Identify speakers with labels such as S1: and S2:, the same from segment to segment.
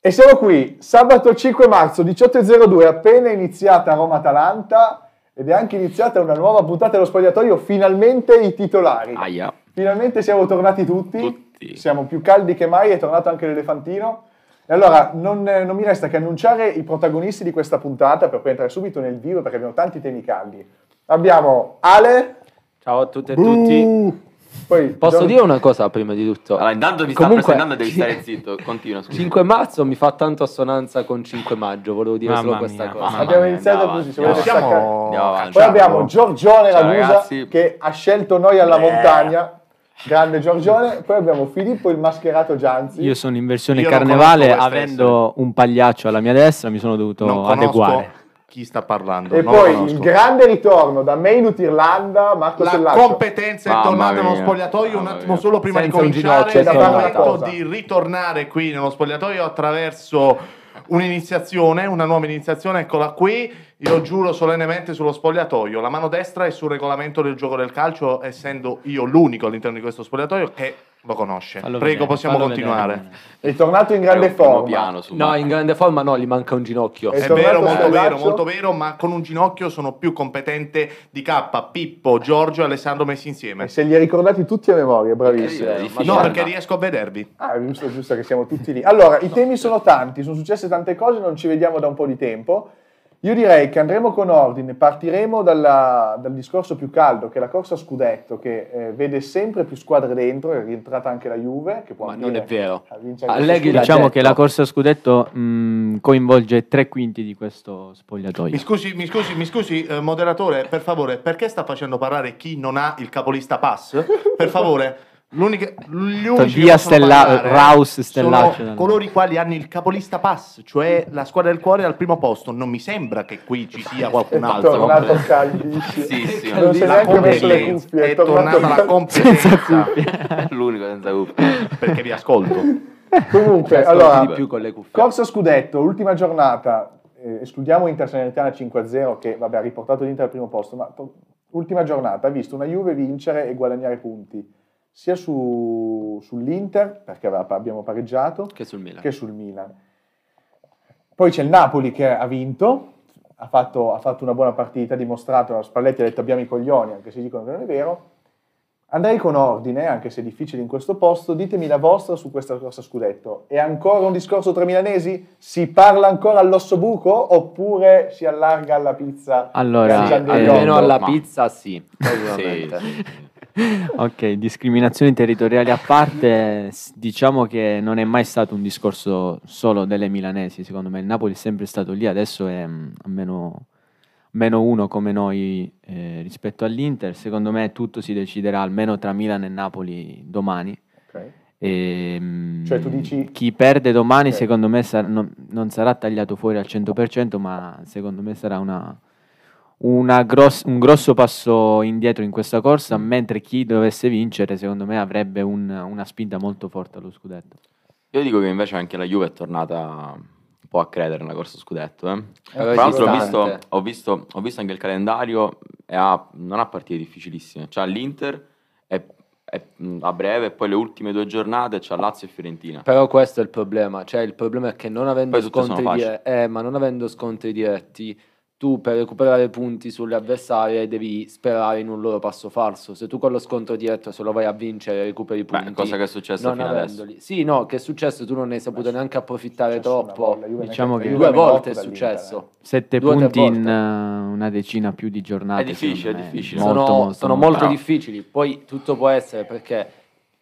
S1: E siamo qui, sabato 5 marzo 18.02, appena iniziata Roma-Atalanta ed è anche iniziata una nuova puntata dello spogliatoio, finalmente i titolari.
S2: Aia.
S1: Finalmente siamo tornati tutti.
S2: Tutti.
S1: siamo più caldi che mai, è tornato anche l'elefantino. E allora non, eh, non mi resta che annunciare i protagonisti di questa puntata per poi entrare subito nel vivo perché abbiamo tanti temi caldi. Abbiamo Ale,
S3: Ciao a tutte e tutti.
S1: Buh. poi
S3: Posso
S1: Giorgio-
S3: dire una cosa prima di tutto?
S2: Allora, intanto mi sta
S3: Comunque-
S2: presentando e devi stare zitto. Continua, scusa.
S3: 5 marzo mi fa tanto assonanza con 5 maggio, volevo dire solo
S4: Mamma
S3: questa
S4: mia,
S3: cosa.
S2: mamma
S1: Abbiamo
S2: mia,
S1: iniziato
S2: andiamo
S1: così, se
S2: avanti,
S1: volete
S2: andiamo
S1: staccare-
S2: Andiamo avanti.
S1: Poi abbiamo Giorgione
S2: Ciao,
S1: Ragusa
S2: ragazzi.
S1: che ha scelto noi alla
S2: Eh.
S1: montagna, grande Giorgione. Poi abbiamo Filippo il mascherato Gianzi.
S4: Io sono in versione
S5: Io non
S4: carnevale,
S5: conosco questa
S4: avendo un pagliaccio alla mia destra, mi sono dovuto
S5: non conosco
S4: adeguare.
S5: chi sta parlando.
S1: e
S5: non
S1: poi
S5: conosco.
S1: il grande ritorno da Mainut Irlanda, Marco
S5: la
S1: Sellaccio.
S5: competenza è
S2: Mamma
S5: tornata nello
S2: mia.
S5: spogliatoio un
S2: Mamma
S5: attimo
S2: mia.
S5: solo prima
S3: Senza
S5: di
S3: un
S5: cominciare
S3: ginocchio,
S5: è
S1: senza una
S5: momento
S1: cosa.
S5: di ritornare qui nello spogliatoio attraverso un'iniziazione una nuova iniziazione eccola qui io giuro solennemente sullo spogliatoio la mano destra è sul regolamento del gioco del calcio essendo io l'unico all'interno di questo spogliatoio che lo conosce
S4: Fallo
S5: prego
S4: vedere,
S5: possiamo
S4: fallo
S5: continuare
S4: vedere.
S1: Ritornato in grande
S2: È un primo
S1: forma.
S2: piano su
S3: No,
S2: Marco.
S3: in grande forma no, gli manca un ginocchio. Cioè,
S1: Eh,
S5: È
S1: tornato
S5: vero, molto
S1: Scalaccio.
S5: vero, molto vero, ma con un ginocchio sono più competente di K, Pippo, Giorgio e Alessandro messi
S1: E
S4: Eh
S5: insieme.
S1: se li hai ricordati tutti a memoria, bravissimo.
S2: Incredibile,
S1: Ma-
S2: Eh, sì,
S5: No,
S2: guarda.
S5: perché riesco a vedervi.
S1: Ah, è giusto, giusto che siamo tutti lì. Allora, i temi sono tanti, sono successe tante cose, non ci vediamo da un po' di tempo. Io direi che andremo con ordine, partiremo dalla- dal discorso più caldo, che è la corsa a scudetto, che eh, vede sempre più squadre dentro, è rientrata anche la Juve, che può
S3: Ma non è
S1: ambire
S3: vero.
S1: a vincere
S3: Allegri
S1: questo
S3: l'ha
S4: Diciamo
S3: detto.
S4: che la corsa a scudetto mh, coinvolge tre quinti di questo
S5: Mi
S4: spogliatoio.
S5: scusi, mi scusi, mi scusi, eh, moderatore, per favore, perché sta facendo parlare chi non ha il capolista pass? Per favore. L'unica, gli unici
S4: Via
S5: che possono
S4: Stella-
S5: parlare
S4: Raus Stellaccio.
S5: sono coloro i quali hanno il capolista pass, cioè la squadra del cuore al primo posto. Non mi sembra che qui ci sia
S1: è
S5: qualcun altro.
S1: tornato
S2: completo.
S1: caldissimo.
S2: Sì, sì.
S1: Non si è
S5: La
S1: neanche messo le
S5: competenza.
S1: cuffie,
S5: è tornata la
S4: Senza
S5: competenza.
S4: cuffie.
S2: L'unico senza cuffie.
S5: perché vi ascolto.
S1: Comunque,
S3: Ascolti
S1: allora,
S3: di più con le cuffie.
S1: Corsa scudetto, ultima giornata, eh, escludiamo Inter Salernitana 5-0 che vabbè, ha riportato l'Inter al primo posto, ma to- ultima giornata ha visto una Juve vincere e guadagnare punti sia su- sull'Inter, perché aveva- abbiamo pareggiato,
S3: Che sul Milan.
S1: che sul Milan. Poi c'è il Napoli che ha vinto, ha fatto, ha fatto una buona partita, ha dimostrato, Spalletti ha detto abbiamo i coglioni, anche se dicono che non è vero. Andrei con ordine, anche se è difficile in questo posto, ditemi la vostra su questa corsa scudetto. È ancora un discorso tra milanesi? Si parla ancora all'osso buco oppure si allarga alla pizza?
S4: Allora,
S1: Sì,
S4: eh,
S1: Almeno
S3: Almeno alla
S2: ma-
S3: pizza sì.
S2: Sì,
S3: ovviamente.
S2: sì, sì.
S4: ok, discriminazioni territoriali a parte, s- diciamo che non è mai stato un discorso solo delle milanesi, secondo me il Napoli è sempre stato lì, adesso è mm, a meno, meno uno come noi eh, rispetto all'Inter, secondo me tutto si deciderà almeno tra Milan e Napoli domani.
S1: Ok.
S4: E, mm,
S1: Cioè, tu dici-
S4: chi perde domani
S3: Eh.
S1: Ok.
S4: secondo me sar- non, non sarà tagliato fuori al 100% ma secondo me sarà una, una gross- un grosso passo indietro in questa corsa
S3: Mm.
S4: mentre chi dovesse vincere secondo me avrebbe un- una spinta molto forte allo scudetto
S2: Io dico che invece anche la Juve è tornata un po' a credere nella corsa scudetto. Eh.
S3: Eh,
S2: Tra l'altro ho visto,
S3: sicuramente.
S2: ho visto- ho visto anche il calendario e ha- non ha partite difficilissime. C'ha l'Inter e- e, mh, a breve, e poi le ultime due giornate c'ha Lazio e Fiorentina.
S3: Però questo è il problema, cioè il problema è che non avendo,
S2: Poi tutte sono
S3: scontri, dire- eh, ma non avendo scontri diretti, tu per recuperare punti sulle avversarie devi sperare in un loro passo falso. Se tu con lo scontro diretto solo vai a vincere e recuperi
S2: Beh,
S3: punti,
S2: cosa che è successa
S3: non
S2: fino adesso.
S3: avendoli. Sì, no, che è successo, tu non ne hai saputo neanche approfittare troppo.
S4: Diciamo che-
S3: Due volte è
S1: eh.
S3: successo.
S4: sette
S3: Due o tre
S4: punti in
S3: volte.
S4: eh, una decina più di giornate
S2: È difficile,
S4: secondo
S2: è
S4: me.
S2: difficile.
S4: Molto,
S3: sono
S4: molto,
S3: sono
S4: molto.
S3: molto
S2: Però-
S3: difficili. Poi tutto può essere perché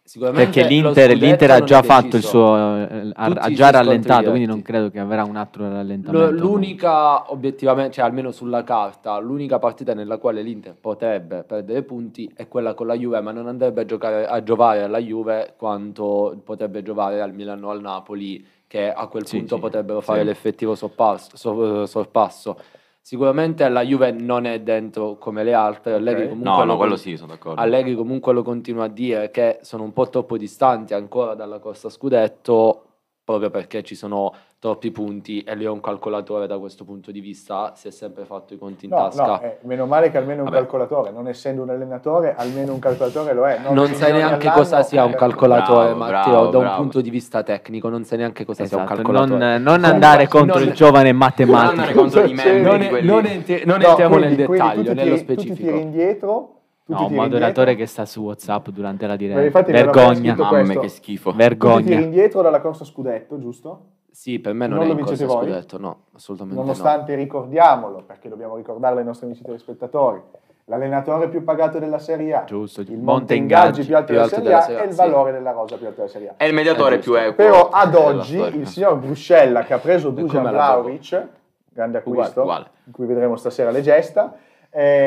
S3: sicuramente
S4: perché
S3: Cioè, lo
S4: l'Inter,
S3: scudetto
S4: l'Inter ha
S3: non è
S4: già fatto il
S3: deciso.
S4: suo eh, ha,
S3: Tutti
S4: ha
S3: i suoi
S4: già
S3: scontri
S4: rallentato quindi
S3: diretti.
S4: non credo che avrà un altro rallentamento
S3: L-
S4: no?
S3: L'unica, obiettivamente, cioè almeno sulla carta, l'unica partita nella quale l'Inter potrebbe perdere punti è quella con la Juve, ma non andrebbe a, giocare, a giovare alla Juve quanto potrebbe giovare al Milano o al Napoli, che a quel
S4: Sì,
S3: punto
S4: sì,
S3: potrebbero fare
S4: sì.
S3: l'effettivo soppasso- so- eh, sorpasso. Sicuramente la Juve non è dentro come le altre, Allegri
S1: Ok.
S3: comunque
S2: No,
S3: lo
S2: no, quello
S3: con-
S2: sì, sono d'accordo.
S3: Allegri comunque lo continua a dire che sono un po' troppo distanti ancora dalla corsa a scudetto proprio perché ci sono troppi punti e lui è un calcolatore da questo punto di vista, si è sempre fatto i conti in
S1: No,
S3: tasca.
S1: no, eh, meno male che almeno un
S2: Vabbè.
S1: calcolatore, non essendo un allenatore, almeno un calcolatore lo è.
S3: non sai neanche cosa sia
S1: eh,
S3: un calcolatore,
S2: Bravo,
S3: Matteo,
S2: bravo,
S3: da un
S2: bravo.
S3: punto di vista tecnico, non sai neanche cosa sia un
S4: Esatto,
S3: calcolatore.
S4: non, non andare contro
S3: non-
S4: il giovane
S2: eh, cioè, Non andare
S4: matematico.
S2: contro di me,
S1: Non
S2: di
S3: è-
S2: quelli-
S3: non entri- non
S1: No,
S3: entriamo
S1: quindi-
S3: nel
S1: quindi tu
S3: dettaglio,
S1: ti
S3: nello
S1: tiri- Tu ti tiri
S3: specifico.
S1: indietro. tu ti
S4: No, un
S1: tiri
S4: moderatore
S1: indietro.
S4: che sta su WhatsApp durante la
S1: Ma
S4: diretta.
S1: infatti me l'aveva
S4: Vergogna,
S1: scritto
S2: Mamma mia,
S1: questo.
S2: che schifo.
S1: Tu ti tiri
S4: vergogna.
S1: indietro dalla corsa scudetto, giusto?
S3: Sì, per me non,
S1: Non
S3: è
S1: lo
S3: in corsa
S1: vincete voi?
S3: scudetto, no, assolutamente no.
S1: Nonostante ricordiamolo, perché dobbiamo ricordarlo ai nostri amici telespettatori, l'allenatore più pagato della Serie A,
S4: Giusto,
S1: il
S4: monte
S1: monte
S4: ingaggi
S1: ingaggi più alto
S3: più
S1: della
S3: alto
S1: Serie
S3: della
S1: A
S3: Serie A,
S1: e il
S3: sì.
S1: valore della rosa più alto della Serie A.
S2: È il mediatore
S3: È giusto.
S2: più equo. esatto.
S1: Però ad
S2: della
S1: oggi
S2: storia.
S1: il signor Bruscella che ha preso
S3: come
S1: Dusan
S3: la
S1: Vlaovic, grande acquisto,
S2: uguale.
S1: in cui vedremo stasera le gesta,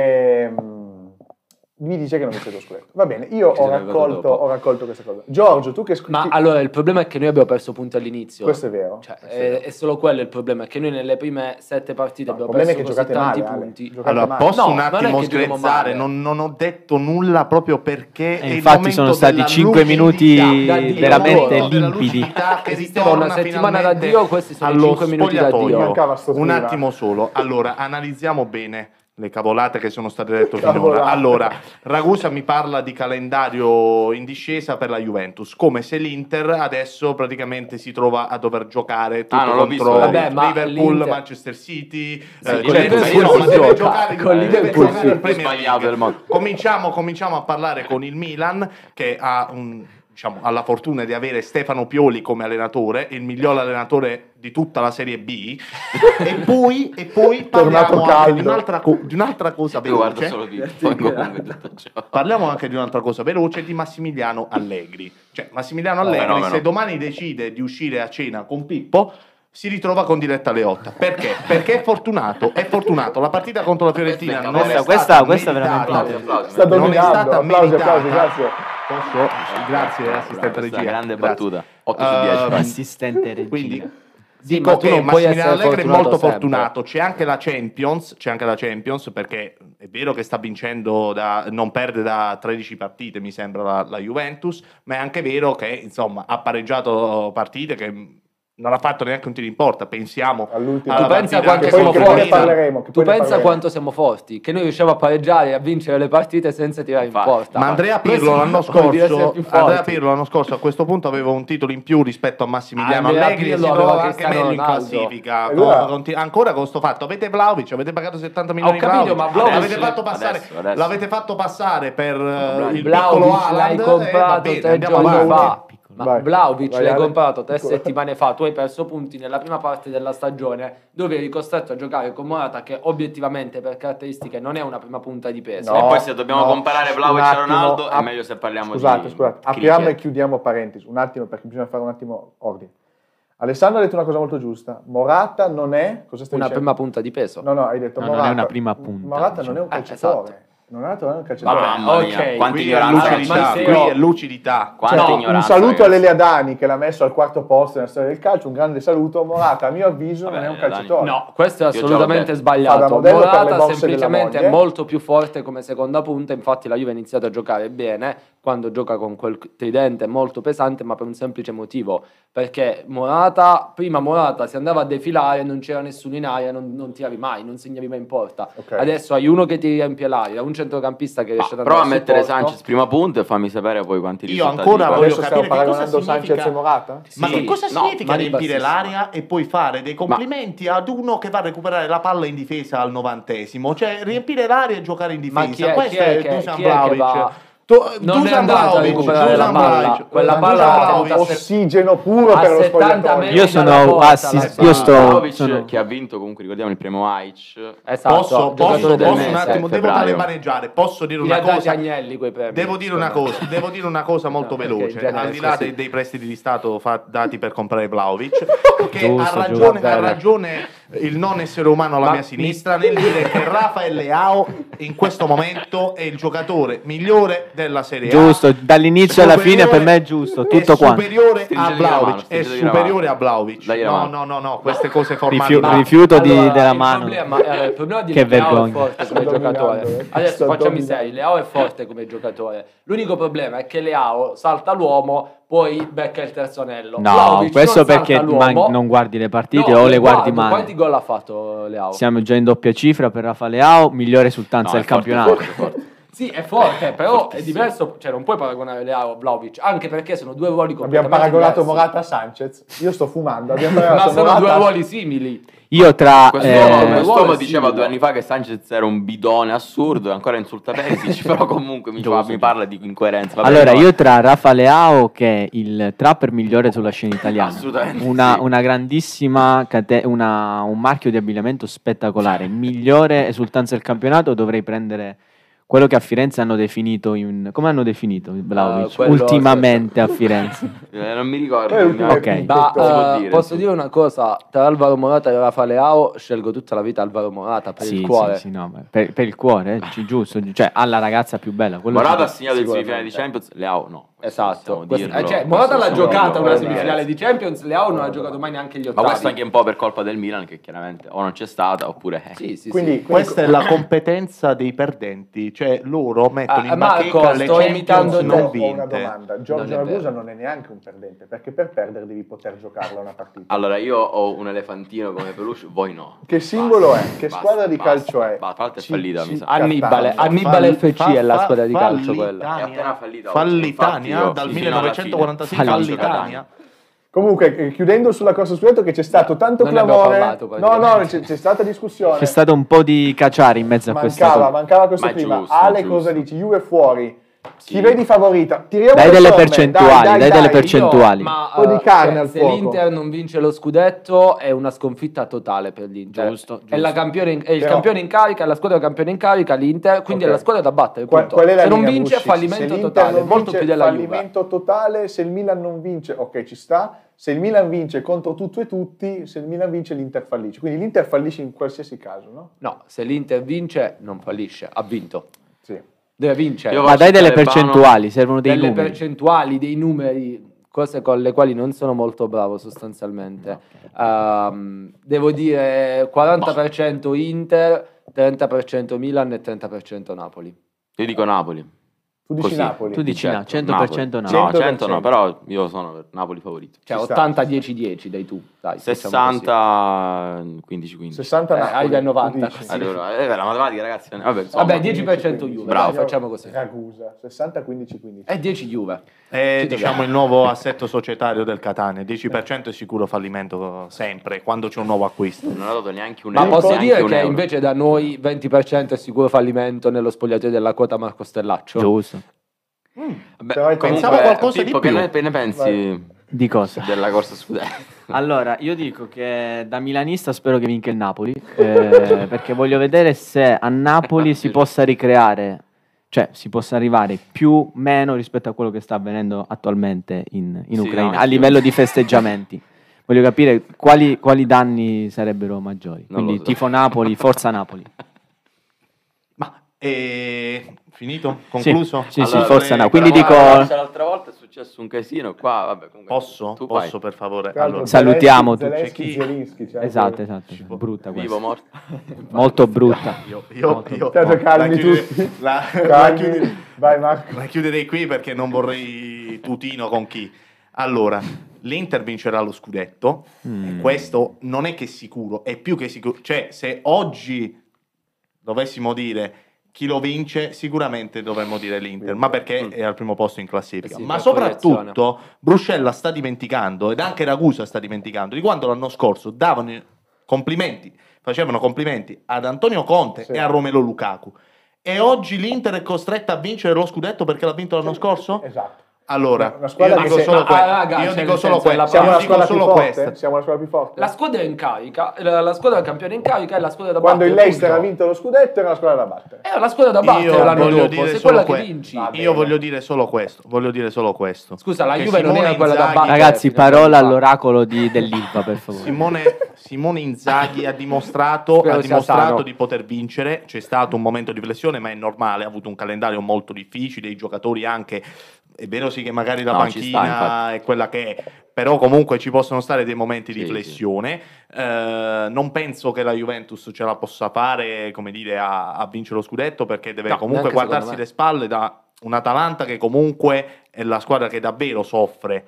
S1: ehm, mi dice che non mi credo scudetto. Va bene, io
S2: Ci
S1: ho
S2: sarebbe andato
S1: raccolto,
S2: dopo.
S1: ho raccolto questa cosa. Giorgio, tu che scrivi...
S3: Ma allora il problema è che noi abbiamo perso punti all'inizio.
S1: questo è vero.
S3: Cioè,
S1: questo è
S3: è,
S1: vero.
S3: è solo quello il problema, è che noi nelle prime sette partite
S1: No, il
S3: abbiamo
S1: problema
S3: perso
S1: è che giocate
S3: così tanti
S1: male, Ale.
S3: punti.
S1: Giocate
S5: Allora,
S1: male.
S5: posso
S3: No,
S5: un
S3: non è che
S5: attimo
S3: giochiamo male.
S5: sgrezzare, non, non ho detto nulla proprio perché.
S4: E
S5: è il
S4: infatti sono
S5: momento
S4: stati
S5: della
S4: cinque minuti
S5: lucidità, del
S3: veramente
S5: momento della
S4: limpidi.
S5: lucidità che
S3: Esisteva una
S5: ritorna
S3: settimana
S5: finalmente
S3: d'addio, questi sono i
S5: allo
S3: cinque minuti
S5: spogliatoio.
S1: Mi
S3: d'addio.
S1: mancava sto
S5: Un
S1: prima.
S5: attimo solo. Allora, analizziamo bene le cavolate che sono state dette finora.
S1: Cavolate.
S5: Allora, Ragusa mi parla di calendario in discesa per la Juventus, come se l'Inter adesso praticamente si trova a dover giocare tutto
S2: Ah, non l'ho
S5: contro
S2: visto.
S3: Vabbè, ma
S5: Liverpool,
S3: l'Inter-
S5: Manchester City,
S3: Sì,
S5: eh,
S3: con
S5: cioè,
S3: Liverpool
S5: no, ma
S3: si
S5: deve
S3: gioca,
S5: giocare-
S3: con
S5: deve
S3: Liverpool
S5: giocare
S3: sì.
S5: il Premier League.
S2: Sbagliato del mondo.
S5: Cominciamo, cominciamo a parlare con il Milan che ha un- diciamo, ha la fortuna di avere Stefano Pioli come allenatore, il miglior allenatore di tutta la Serie B, e poi, e poi parliamo
S1: Tornato
S5: anche di
S1: caldo.
S5: un'altra, co- di un'altra cosa
S2: Io guardo
S5: veloce.
S2: solo di Pongo come tutto ciò.
S5: Parliamo anche di un'altra cosa veloce di Massimiliano Allegri. Cioè, Massimiliano
S2: Oh,
S5: Allegri,
S2: fenomeno.
S5: se domani decide di uscire a cena con Pippo, si ritrova con diretta alle 8. Perché? Perché è fortunato, è fortunato. La partita contro la Fiorentina non è
S2: Questa-
S5: stata
S4: questa- questa è
S5: meritata.
S2: Applausi, applausi.
S1: Sta
S5: Non è
S1: dominando,
S5: stata
S1: applausi,
S5: meritata.
S1: applausi, grazie.
S5: Posso? Grazie,
S2: Bravo,
S5: assistente
S2: bravo,
S5: regia.
S2: questa Grande
S5: Grazie.
S2: battuta. 8 su 10.
S5: Ehm,
S2: vai.
S4: Assistente regia.
S5: Quindi
S3: Sì,
S5: dico
S3: ma tu
S5: che
S3: non puoi
S5: Massimiliano
S3: essere
S5: Allegri è
S3: fortunato
S5: molto
S3: sempre.
S5: fortunato. C'è anche la Champions, c'è anche la Champions perché è vero che sta vincendo, da, non perde da 13 partite, mi sembra, la, la Juventus, ma è anche vero che insomma ha pareggiato partite che mh, non ha fatto neanche un tiro in porta. Pensiamo
S1: All'ultimo.
S5: alla
S3: Tu pensa
S5: partita
S3: quanto
S1: Che
S5: anche
S1: poi-
S3: siamo
S1: che
S5: contro
S1: poi ne
S5: il Milan.
S1: parleremo. che
S3: Tu
S1: poi ne
S3: pensa
S1: parleremo.
S3: quanto siamo forti, che noi riusciamo a pareggiare e a vincere le partite senza tirare in
S2: Infatti.
S3: porta.
S5: Ma Andrea Pirlo
S3: Questo
S5: l'anno
S3: vuol dire essere
S5: scorso,
S3: più forti.
S5: Andrea Pirlo l'anno scorso a questo punto aveva un titolo in più rispetto a Massimiliano
S3: Andrea
S5: Allegri e si
S3: Pirlo aveva
S5: trova anche
S3: Cristiano
S5: meglio in
S3: Ronaldo.
S5: classifica.
S1: E allora-
S5: Co- conti- ancora con sto fatto, avete Vlaovic, avete pagato 70 milioni di
S3: capito, ma Vlahovic-
S5: l'avete fatto passare,
S2: Adesso, adesso.
S5: l'avete fatto passare per eh, il piccolo
S3: Vlaovic l'hai
S5: Haaland
S3: comprato
S5: e va bene,
S3: tre
S5: andiamo
S3: giorni
S5: avanti.
S3: fa. Ma
S1: Vai.
S3: Vlaovic
S1: Vai,
S3: l'hai
S1: Ale.
S3: comprato tre
S1: Piccola.
S3: settimane fa. Tu hai perso punti nella prima parte della stagione, dove eri costretto a giocare con Morata, che obiettivamente per caratteristiche non è una prima punta di peso.
S2: No. E poi se dobbiamo comparare Vlahovic
S1: un
S2: a
S1: attimo,
S2: Ronaldo, è
S1: ap-
S2: meglio se parliamo di
S1: scusate, Scusate,
S2: cricket.
S1: apriamo e chiudiamo parentesi, un attimo perché bisogna fare un attimo ordine. Alessandro ha detto una cosa molto giusta, Morata non è... Cosa stai
S3: Una
S1: dicendo?
S3: prima punta di peso.
S1: No, no, hai detto
S4: No, non è
S1: Morata.
S4: una prima punta,
S1: Morata
S4: diciamo.
S1: non è un
S3: Ah,
S2: Eh,
S1: calciatore.
S3: esatto.
S1: Morata non è un calciatore.
S3: Vabbè,
S2: Mamma mia,
S3: ok,
S2: quanta
S5: Qui è
S2: ignoranza.
S5: lucidità,
S2: ragazzi.
S3: Matteo-
S5: qui è lucidità.
S2: Quanta
S3: No, un
S1: Cioè, un
S2: ignoranza.
S1: saluto a
S2: ragazzi.
S1: Leleadani che l'ha messo al quarto posto nella storia del calcio, un grande saluto. Morata, a mio avviso,
S2: Vabbè,
S1: non è un
S2: Lele
S1: calciatore.
S3: No, questo è
S2: Io già l'ho
S3: assolutamente
S2: detto.
S1: Fa da
S3: sbagliato.
S1: modello per le
S3: Morata
S1: borse
S3: semplicemente
S1: della
S3: è
S1: moglie.
S3: molto più forte come seconda punta, infatti la Juve ha iniziato a giocare bene quando gioca con quel tridente molto pesante, ma per un semplice motivo, perché Morata, prima Morata si andava a defilare, non c'era nessuno in aria, non, non tiravi mai, non segnavi mai in porta.
S1: Ok.
S3: Adesso hai uno che ti riempie l'aria, un centrocampista che riesce
S2: Certo. Ma
S3: ad andare
S2: prova a
S3: sul
S2: mettere
S3: porto.
S2: Sanchez prima punta e fammi sapere poi quanti
S5: Io
S2: risultati
S5: ancora
S2: fa.
S5: voglio
S1: Adesso stiamo
S5: capire cosa
S1: paragonando
S5: significa-
S1: Sanchez e Morata?
S5: Ma
S2: Sì,
S5: che cosa
S2: no,
S5: significa
S3: ma di
S5: riempire
S3: bassissimo.
S5: l'area e poi fare dei complimenti ad uno che va a recuperare la palla in difesa al novantesimo? Cioè, riempire l'area e giocare in difesa.
S3: Ma chi è,
S5: Questo
S3: chi è
S5: è,
S3: che-
S5: Dusan
S3: chi è che
S5: Vlahovic.
S3: va-
S5: Tu-
S3: Non è
S5: Dusan
S3: andato a
S5: Vlahovic,
S3: recuperare
S5: Dusan
S3: la palla.
S5: Vlahovic.
S3: Quella
S5: Dusan
S3: palla l'ha
S5: Vlahovic.
S3: tenuta se-
S1: Ossigeno puro
S3: a
S1: per lo
S3: 70
S1: spogliatoio.
S3: metri
S4: Io
S3: dalla
S4: sono
S3: porta,
S4: assist,
S3: la
S4: io
S3: sbaglia.
S4: sto...
S2: Vlahovic,
S4: sono-
S2: che ha vinto comunque ricordiamo il primo Aic
S3: Esatto,
S5: Posso, posso,
S3: giocatore del
S5: posso
S2: mese,
S5: un attimo, devo
S2: febbraio.
S5: talebaneggiare, posso dire
S3: Li
S5: una
S3: ha dati
S5: cosa.
S3: Agnelli quei premi.
S5: Devo dire una
S3: Secondo me.
S5: cosa, devo dire una cosa molto
S3: No, perché
S5: veloce,
S3: in genere
S5: al di là
S3: sì.
S5: dei, dei prestiti di Stato fa- dati per comprare Vlaovic, che ha,
S4: Giusto,
S5: ragione,
S4: giusto.
S5: ha
S3: Bene.
S5: ragione il non essere umano alla
S3: Ma
S5: mia
S3: mi-
S5: sinistra nel dire che Rafael Leao in questo momento è il giocatore migliore della Serie A.
S4: Giusto, dall'inizio alla fine
S5: Superiore-
S4: per me è giusto, tutto
S5: è
S4: quanto.
S5: superiore a
S2: Stringetegli la mano,
S5: Vlaovic, è
S2: stringetegli la
S5: superiore a
S2: mano.
S5: Vlaovic.
S2: Dagli la
S5: No,
S2: mano.
S5: no, no, no, queste cose formali.
S4: Rifiu-
S5: no.
S4: rifiu- rifiuto di-
S3: Allora,
S4: della
S3: il
S4: mano.
S3: Problema, eh, il problema di
S4: Che
S3: Leao
S4: vergogna.
S3: è forte
S1: Sto
S3: come
S1: dominando, eh.
S3: giocatore. Adesso
S1: Sto
S3: facciami
S1: dominando.
S3: seri, Leao è forte come giocatore. L'unico problema è che Leao salta l'uomo, poi becca il terzo anello.
S4: No,
S3: Vlahovic
S4: questo
S3: non salta
S4: perché
S3: l'uomo.
S4: man- non guardi le partite
S3: No,
S4: o le
S3: io
S4: guardi
S3: guardo.
S4: male.
S3: Quanti gol ha fatto Leao?
S4: Siamo già in doppia cifra per Rafa Leao, migliore risultanza
S2: No,
S4: del
S2: è forte,
S4: campionato.
S2: forte, forte.
S3: Sì, è forte, però è
S2: Fortissimo.
S3: diverso, cioè non puoi paragonare Leao a Vlaovic, anche perché sono due ruoli
S1: Abbiamo
S3: completamente
S1: paragonato
S3: diversi.
S1: Morata a Sanchez. Io sto fumando. Abbiamo
S3: Ma
S1: paragonato
S3: sono due
S1: Morata
S3: ruoli simili.
S4: Io tra
S2: Quest'uomo,
S4: eh,
S2: quest'uomo
S3: Ruolo è
S2: diceva
S3: simile.
S2: due anni fa che Sanchez era un bidone assurdo e ancora insulta Perisic, però comunque mi, fa-
S4: Giusto,
S2: mi parla di incoerenza. Vabbè,
S4: Allora,
S2: no,
S4: io tra Rafa Leao, che è il trapper migliore sulla scena italiana,
S2: Assolutamente
S4: una,
S2: sì.
S4: una grandissima cate- una- un marchio di abbigliamento spettacolare, migliore esultanza del campionato, dovrei prendere quello che a Firenze hanno definito, in- come hanno
S2: Ah,
S4: definito il Vlahovic?
S3: Eh, quello-
S4: ultimamente a Firenze.
S2: eh, non mi ricordo.
S1: Eh, ultimo
S2: ma-
S4: Ok.
S3: Ma
S1: Che cosa
S3: eh,
S2: si può dire,
S3: posso
S2: insomma?
S3: dire una cosa, tra Alvaro Morata e Rafa Leao scelgo tutta la vita Alvaro Morata per
S4: sì,
S3: il cuore.
S4: sì, sì, no, ma per, per il cuore, eh, gi- giusto, gi- cioè alla ragazza più bella. quello
S2: Morata ha
S4: sì.
S2: segnato il semifinale di
S3: sicuramente.
S2: Champions, Leao no. Questo
S3: Esatto,
S2: possiamo
S3: Questo- eh,
S2: dirlo.
S3: cioè, Morata l'ha
S2: Possiamo
S3: giocata
S2: dirlo.
S3: una
S2: Eh,
S3: semifinale di Champions, Leao non ha giocato mai neanche gli
S2: Ma
S3: ottavi.
S2: questo anche un po' per colpa del Milan che chiaramente o non c'è stata oppure... eh.
S3: Sì, sì,
S1: Quindi,
S3: sì.
S5: Questa è la competenza dei perdenti, cioè loro mettono
S3: Ah,
S5: in
S3: Marco,
S5: bacheca le
S3: sto imitando
S5: Champions
S3: te.
S5: non
S1: ho una
S5: vinte.
S1: domanda. Giorgio
S3: Non è
S1: Ragusa
S3: vero.
S1: non è neanche un perdente, perché per perdere devi poter giocarla una
S3: Ah,
S1: partita.
S2: Allora, io ho un elefantino come peluche, voi no.
S1: Che singolo è? Che squadra di calcio è?
S2: Ma tra l'altro è
S1: Ci-
S2: fallita, mi
S1: ci-
S2: sa.
S3: Annibale,
S1: Cattano.
S3: Annibale
S5: Falli-
S3: FC è la squadra di calcio quella.
S5: Fallitania.
S2: È appena fallita oggi,
S5: Fallitania
S2: infatti io- sì,
S5: dal
S2: sì, no, alla fine.
S5: 1946
S4: Fallito.
S5: Fallitania.
S1: Comunque, eh, chiudendo sulla corsa scudetto, che c'è stato tanto
S3: Non ne abbiamo
S1: clamore.
S3: parlato,
S1: no, no,
S3: praticamente.
S1: c'è, c'è stata discussione.
S4: C'è stato un po' di cacciare in mezzo a questa
S1: mancava, mancava questo
S2: Ma è
S1: clima.
S2: giusto,
S1: Ale,
S2: giusto.
S1: cosa dici? Juve fuori.
S2: Sì.
S1: Chi vedi favorita? Tiriamo
S4: Dai
S1: le
S4: delle
S1: somme,
S4: percentuali, dai delle percentuali. percentuali.
S3: ma
S1: Un po' di
S3: eh,
S1: carne
S3: cioè,
S1: al
S3: se
S1: fuoco.
S3: l'Inter non vince lo scudetto è una sconfitta totale per l'Inter.
S4: Giusto, giusto.
S3: È, la campione in- è il
S1: Però-
S3: campione in carica, è la squadra campione in carica, l'Inter, quindi
S1: Ok.
S3: è la squadra da battere.
S1: Qual,
S3: punto.
S1: qual è la
S3: se non
S1: linea,
S3: vince
S1: Bussi? Se
S3: fallimento
S1: l'Inter
S3: totale,
S1: non
S3: molto
S1: vince,
S3: più della Juve.
S1: fallimento totale, se il Milan non vince, ok, ci sta. Se il Milan vince contro tutto e tutti, se il Milan vince l'Inter fallisce. Quindi l'Inter fallisce in qualsiasi caso, no?
S3: No, se l'Inter vince non fallisce, ha vinto.
S1: Sì.
S3: Deve vincere.
S2: Io
S4: Ma dai delle
S2: Talebano-
S4: percentuali, servono dei
S3: delle
S4: numeri.
S3: percentuali, dei numeri, cose con le quali non sono molto bravo sostanzialmente. Ehm, devo dire 40% Inter, 30% Milan e 30% Napoli.
S2: Io dico Napoli.
S1: Tu dici
S2: Così. Certo,
S1: Napoli.
S4: Tu dici no, 100% Napoli.
S2: No,
S1: 100%
S2: 100 no, però io sono per Napoli favorito.
S3: Cioè
S1: Ci sta.
S3: 80-10-10 dai tu, dai. facciamo
S2: 60 15-15.
S1: 60
S3: Eh,
S1: Napoli,
S3: arrivi a
S1: tu
S3: 90,
S1: dici.
S3: così.
S2: Allora, eh, la matematica ragazzi, vabbè,
S3: così.
S2: insomma,
S3: Vabbè, 10% Juve,
S2: Bravo.
S3: dai, facciamo così.
S1: Ragusa, 60 15 15.
S3: E 10 Juve.
S5: È
S3: Ci
S5: diciamo
S3: dobbiamo.
S5: il nuovo assetto societario del Catania, 10% è sicuro fallimento sempre quando c'è un nuovo acquisto.
S2: non ho dato neanche un
S3: Ma
S2: euro,
S3: posso
S2: neanche
S3: dire
S2: un
S3: che
S2: euro.
S3: invece da noi 20% è sicuro fallimento nello spogliatoio della quota Marco Stellaccio?
S4: Giusto.
S2: Beh,
S1: Però pensavo
S2: comunque,
S5: qualcosa di
S2: Pippo,
S5: più.
S2: che ne, ne pensi
S1: Vai.
S4: Di cosa?
S2: della corsa scudetto?
S4: Allora, io dico che da milanista spero che vinca il Napoli, eh, perché voglio vedere se a Napoli si possa ricreare, cioè si possa arrivare più o meno rispetto a quello che sta avvenendo attualmente in, in
S2: Sì,
S4: Ucraina,
S2: no,
S4: a
S2: sì.
S4: livello di festeggiamenti. Voglio capire quali, quali danni sarebbero maggiori.
S2: Non lo
S4: Quindi
S2: so.
S4: tifo Napoli, forza Napoli.
S5: Ma eh, finito?
S4: Sì,
S5: Concluso? eh,
S4: sì, sì,
S2: Allora,
S4: forza
S5: le-
S4: Napoli. Quindi
S2: Però,
S4: dico-
S2: guarda, c'è L'altra volta è successo un casino qua, vabbè, comunque,
S5: Posso?
S2: Tu vai.
S5: Posso per favore?
S1: Tra l'altro
S5: Allora,
S4: salutiamo tutti.
S1: Zelensky, Zelensky, c'è anche-
S4: Esatto, esatto.
S5: Ci può-
S4: Brutta questa.
S2: Certo. Vivo, morto.
S4: Molto brutta.
S5: io, io,
S4: Molto.
S5: io
S1: Tanto Certo, calmi
S5: la chiude-
S1: tutti.
S5: la- la
S1: Calmi.
S5: chiude-
S1: Vai Marco.
S5: La chiuderei qui perché non vorrei tutino con chi. Allora, l'Inter vincerà lo scudetto,
S4: Mm.
S5: e questo non è che è sicuro, è più che sicuro. Cioè, se oggi dovessimo dire chi lo vince, sicuramente dovremmo dire l'Inter, ma perché è al primo posto in classifica.
S3: Eh sì,
S5: ma
S3: per
S5: soprattutto Bruscella sta dimenticando, ed anche Ragusa sta dimenticando, di quando l'anno scorso davano i- complimenti, facevano complimenti ad Antonio Conte
S1: Sì.
S5: e a Romelo Lukaku. E oggi l'Inter è costretta a vincere lo scudetto perché l'ha vinto l'anno scorso?
S1: Esatto.
S5: Allora,
S1: Una squadra
S5: io
S1: che
S5: dico
S1: se-
S5: solo
S3: ma,
S5: questo.
S3: ah, raga,
S5: io
S3: cioè,
S5: dico
S3: nel
S5: solo
S3: senso,
S5: questo.
S3: la-
S1: Siamo
S5: io
S1: la
S5: dico
S1: squadra più
S5: solo
S1: forte.
S5: questo.
S1: Siamo la squadra più forte.
S3: La squadra in carica, la, la squadra campione in carica è la squadra da
S1: Quando il
S3: battere.
S1: Leicester ha
S3: punto.
S1: vinto lo scudetto era la squadra da battere.
S3: È Eh, la squadra da battere
S5: Io
S3: l'anno
S5: voglio
S3: dopo,
S5: dire
S3: se
S5: solo
S3: quella che
S5: que- Ah,
S3: vinci.
S1: Va bene.
S5: Io voglio dire solo questo. Voglio dire solo questo.
S3: Scusa, la
S5: Che
S3: Juve non
S5: Simone
S3: era quella da
S5: Inzaghi-
S3: battere.
S4: Ragazzi,
S2: certo,
S3: fino a
S4: parola
S3: tempo fa.
S4: all'oracolo di, dell'Ilva, per favore.
S5: Simone, Simone Inzaghi ha dimostrato,
S3: Spero
S5: ha
S3: sia sano.
S5: dimostrato di poter vincere. C'è stato un momento di flessione, ma è normale. Ha avuto un calendario molto difficile. I giocatori anche. È vero, sì, che magari la
S2: No, ci sta,
S5: panchina
S2: infatti.
S5: è quella che è, però comunque ci possono stare dei momenti
S2: Sì,
S5: di
S2: sì.
S5: flessione. Eh, non penso che la Juventus ce la possa fare, come dire, a, a vincere lo scudetto perché deve
S3: No,
S5: comunque
S3: neanche secondo
S5: guardarsi
S3: me.
S5: le spalle da un'Atalanta che comunque è la squadra che davvero soffre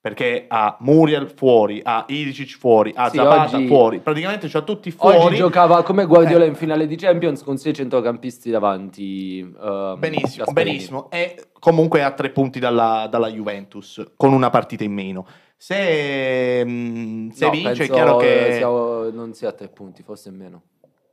S5: perché ha Muriel fuori, ha Ilicic fuori, ha
S3: Sì,
S5: Zapata
S3: oggi-
S5: fuori, praticamente c'ha tutti
S3: Oggi
S5: fuori.
S3: giocava come Guardiola
S5: Eh.
S3: in finale di Champions con sei centrocampisti davanti. ehm,
S5: Benissimo,
S3: Gasperini.
S5: benissimo. E comunque a tre punti dalla, dalla Juventus, con una partita in meno. Se, mm, se
S3: No,
S5: vince, è
S3: penso,
S5: chiaro che.
S3: eh, siamo- non sia a tre punti, forse in meno.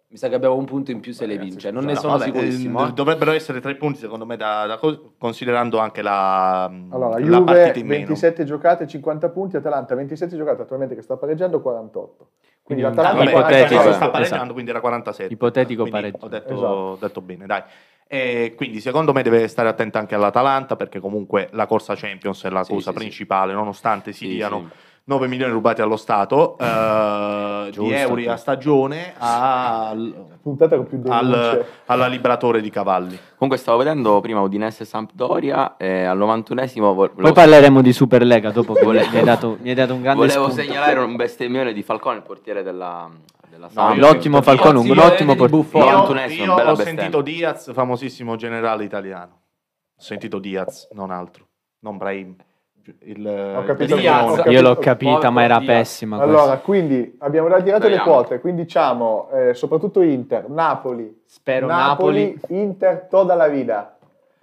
S3: Mi sa che abbiamo un punto in più se le
S1: Ragazzi,
S3: vince. Non
S1: scusa,
S3: ne
S5: No,
S3: sono
S5: vabbè,
S3: sicurissimo.
S5: eh,
S3: eh.
S5: Dovrebbero essere tre punti, secondo me, da, da cos- considerando anche la, mm,
S1: Allora,
S5: la
S1: Juve
S5: partita in
S1: 27 giocate, 50 punti, Atalanta 27 giocate attualmente che sta pareggiando 48. Quindi
S4: Quindi
S5: meno.
S1: l'Atalanta
S5: Vabbè,
S4: Vabbè,
S5: adesso
S4: ipotetico,
S1: quaranta-
S4: eh.
S5: sta pareggiando,
S4: Esatto.
S5: quindi era 47.
S4: Ipotetico
S5: Quindi
S4: pareggio.
S5: Ho detto,
S1: Esatto.
S5: ho detto bene, dai. E quindi secondo me deve stare attenta anche all'Atalanta perché comunque la corsa Champions è la
S2: Sì,
S5: cosa
S2: sì, sì.
S5: principale, nonostante si
S2: Sì,
S5: diano
S2: sì.
S5: 9 milioni rubati allo Stato eh, di
S4: Giusto,
S5: euro a
S4: giusto.
S5: stagione al,
S1: puntata con più
S5: al-
S1: denunce.
S5: alla liberatore di cavalli.
S2: Comunque stavo vedendo prima Udinese e Sampdoria e al 91esimo vo-
S4: Poi
S2: volevo,
S4: parleremo di Superlega dopo che
S2: Volevo-
S4: mi, hai dato, mi hai dato un grande
S2: volevo
S4: spunto.
S2: segnalare un bestemmione di Falcone, il portiere della, della
S5: No,
S2: Sampdoria.
S4: L'ottimo Falcone, un
S3: Io-
S4: ottimo
S3: io-
S4: portiere.
S2: Buffon.
S5: Io,
S2: 91esimo,
S5: io
S2: bella
S5: ho
S2: bestemmia.
S5: sentito Diaz, famosissimo generale italiano. Ho sentito Diaz, non altro, non Brahim. Il,
S1: Ho capito,
S5: il
S2: Diaz.
S1: ho
S5: Brignone.
S1: capito.
S4: Io l'ho
S3: Porco
S4: capita, ma era
S3: Dio.
S4: pessima. questa.
S1: Allora, quindi abbiamo già tirato le
S2: Speriamo.
S1: quote, quindi diciamo eh, soprattutto Inter, Napoli,
S4: Spero
S1: Napoli,
S4: Napoli.
S1: Inter toda la vida.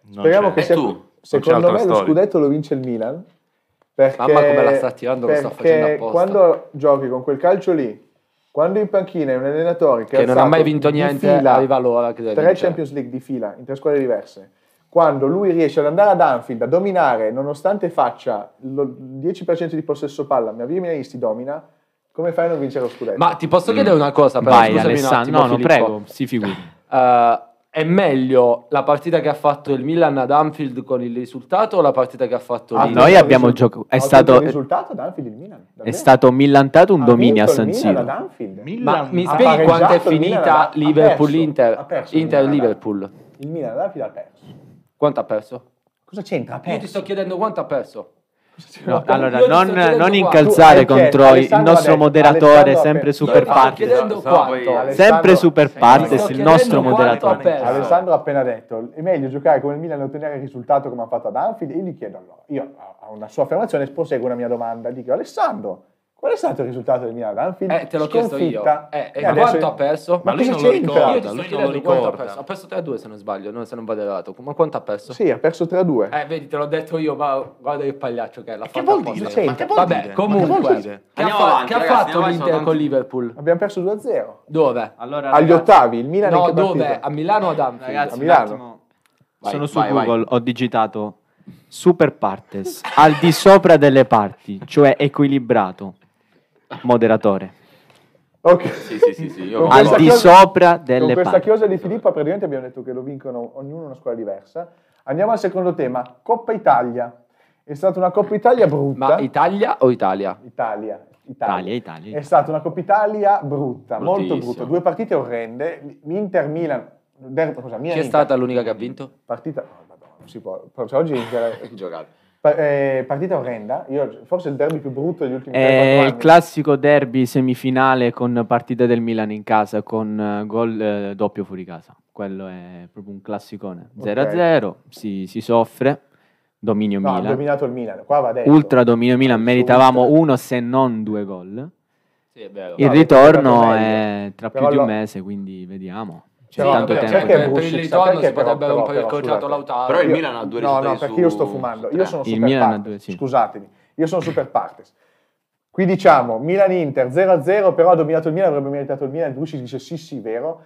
S5: Non
S1: Speriamo
S5: c'è.
S1: che
S2: E
S1: sia
S2: tu?
S5: Non c'è
S1: Secondo
S5: altra
S1: me lo
S5: storia.
S1: scudetto lo vince il Milan. Perché,
S3: Mamma come la sta tirando, lo sta
S1: perché
S3: facendo apposta.
S1: Quando giochi con quel calcio lì, quando in panchina è un allenatore che,
S3: Che non ha
S1: alzato
S3: mai vinto
S1: di
S3: niente,
S1: fila
S3: arriva l'ora che deve
S1: tre
S3: vincere.
S1: Champions League di fila in tre squadre diverse. Quando lui riesce ad andare ad Anfield a dominare, nonostante faccia lo- il 10% di possesso palla, ma via Milanisti domina, come fai a non vincere lo scudetto?
S3: Ma ti posso
S2: Mm.
S3: chiedere una cosa? Però,
S4: Vai
S3: scusami un attimo,
S4: Alessandro, no, no,
S3: Filippo.
S4: prego, si figuri.
S3: Eh, è meglio la partita che ha fatto il Milan ad Anfield con il risultato o la partita che ha fatto
S1: Ha
S4: Ah,
S3: l'Inter?
S4: noi
S1: ottenuto
S4: abbiamo
S1: risul-
S4: giocato- è
S1: ha
S4: stato-
S1: ottenuto il risultato ad Anfield il Milan.
S4: È
S1: davvero.
S4: stato millantato un
S1: Ha
S4: dominio a
S1: vinto il
S4: San
S1: Milan ad
S4: Siro.
S1: Anfield.
S3: Ma mi
S1: ha
S3: spieghi
S1: pareggiato
S3: quanto è
S1: il Milan
S3: finita
S1: ad- ha perso, ha
S3: Liverpool-Inter?
S1: perso il Milan ad
S3: Inter-Liverpool.
S1: Il Milan ad Anfield ha perso.
S3: Quanto ha perso?
S1: Cosa c'entra? Ha
S3: Io ti
S1: perso.
S3: sto chiedendo quanto ha perso.
S4: No,
S1: Cosa
S4: allora,
S3: io ti
S4: non,
S3: sto chiedendo
S4: non
S3: qua.
S4: incalzare
S1: Tu hai chiesto,
S4: contro il
S1: Alessandro ha
S4: nostro
S1: detto,
S4: moderatore,
S1: Alessandro ha
S4: sempre
S1: detto.
S4: super
S1: Io
S2: sto
S4: partes.
S3: chiedendo
S2: Sennò poi-
S3: quanto. Eh,
S1: Alessandro-
S4: Sempre super
S1: Sì,
S4: partes,
S3: sto
S4: il nostro
S3: chiedendo quanto ha
S4: moderatore.
S3: perso.
S1: Alessandro ha appena detto, è meglio giocare come il Milan e ottenere il risultato come ha fatto ad Anfield. Io gli chiedo allora, io a una sua affermazione proseguo una mia domanda, dico Alessandro, qual è stato il risultato del Milan ad Anfield?
S3: Eh, te l'ho chiesto io.
S1: Sconfitta.
S3: Eh, e
S1: E adesso-
S3: quanto ha perso?
S1: Ma,
S5: Ma lui
S1: cosa
S5: non lo
S1: c'entra?
S3: Io
S5: ricorda.
S3: ti sto
S5: lui non
S3: chiedendo
S5: lo
S3: quanto ha
S5: ricorda.
S3: perso. Ha perso 3-2 se non sbaglio, no, se non vado errato. Ma quanto ha perso?
S1: Sì, ha perso 3-2.
S3: Eh, vedi, te l'ho detto io, ma guarda che pagliaccio che è. L'ha
S5: Che
S3: fatta
S5: vuol
S3: apposta.
S5: dire?
S1: Sì.
S5: Ma che vuol
S3: Vabbè,
S5: dire? Ma
S3: comunque,
S5: che vuol dire?
S3: che ha,
S2: Andiamo
S3: fa-
S2: avanti,
S3: che ha
S2: ragazzi,
S3: fatto
S2: ormai sono
S3: l'Inter con
S2: tanti-
S3: Liverpool?
S1: Abbiamo perso 2-0.
S3: Dove?
S4: Allora,
S1: Agli
S4: ragazzi-
S1: ottavi, il Milan in
S3: No,
S1: che
S3: dove?
S1: partita?
S3: A Milano o ad Anfield?
S4: Ragazzi,
S1: A
S4: un
S1: Milano.
S4: attimo.
S2: Vai,
S4: Sono su
S2: vai, vai.
S4: Google, ho digitato super partes, al di sopra delle parti, cioè equilibrato, moderatore.
S1: Ok.
S2: Sì, sì, sì, sì, io
S1: Con
S2: mi
S1: questa
S4: Al di
S1: chiosa-
S4: sopra
S1: Con
S4: delle
S1: questa
S4: parti.
S1: chiosa di Filippo praticamente abbiamo detto che lo vincono ognuno una squadra diversa. Andiamo al secondo tema, Coppa Italia. È stata una Coppa Italia brutta.
S3: Ma Italia o Italia?
S1: Italia,
S4: Italia,
S1: Italia.
S4: Italia.
S1: È stata una Coppa Italia brutta, molto
S2: Bruttissimo.
S1: brutta. Due partite orrende. Inter Milan. Der, cosa, Milan
S3: Chi è stata l'unica che ha vinto?
S1: Partita. oh, Madonna, non si può. Cioè, oggi Inter-
S2: Giocate.
S1: pa- eh, partita orrenda. Io, forse il derby più brutto degli ultimi 3-4
S4: È
S1: anni.
S4: Eh, il classico derby semifinale con partita del Milan in casa con eh, gol eh, doppio fuori casa. Quello è proprio un classicone. 0-0, si, si soffre, dominio
S1: No, ha
S4: Milan.
S1: dominato il Milan. Qua va detto.
S4: Ultra dominio Milan,
S1: Su
S4: meritavamo
S1: ultra.
S4: uno se non due gol.
S3: Sì, è vero.
S4: Il
S1: No, avete
S4: ritorno
S1: giocato
S4: è tra
S1: Però
S4: più di un
S1: lo-
S4: mese, quindi vediamo.
S3: Certo,
S4: C'è
S1: Però,
S4: tanto
S1: vabbè,
S4: tempo.
S1: Cioè, perché
S4: da-
S1: Bruno
S3: per il
S1: Busic-
S3: ritorno
S1: perché
S3: si
S1: però-
S3: potrebbe
S1: però-
S3: un po'
S1: però,
S3: accorciato
S1: scusate.
S3: Lautaro.
S2: Però il
S1: Io-
S2: Milan ha due
S1: No, no,
S2: risultati
S1: perché
S2: su-
S1: io sto
S2: su
S1: fumando.
S2: tre.
S1: Io sono
S4: Il
S1: super
S4: Milan ha
S1: partes,
S4: due, sì.
S1: Scusatemi, io sono super partes. Qui diciamo Milan-Inter 0-0, però ha dominato il Milan, avrebbe meritato il Milan. Lucic dice sì, sì, vero.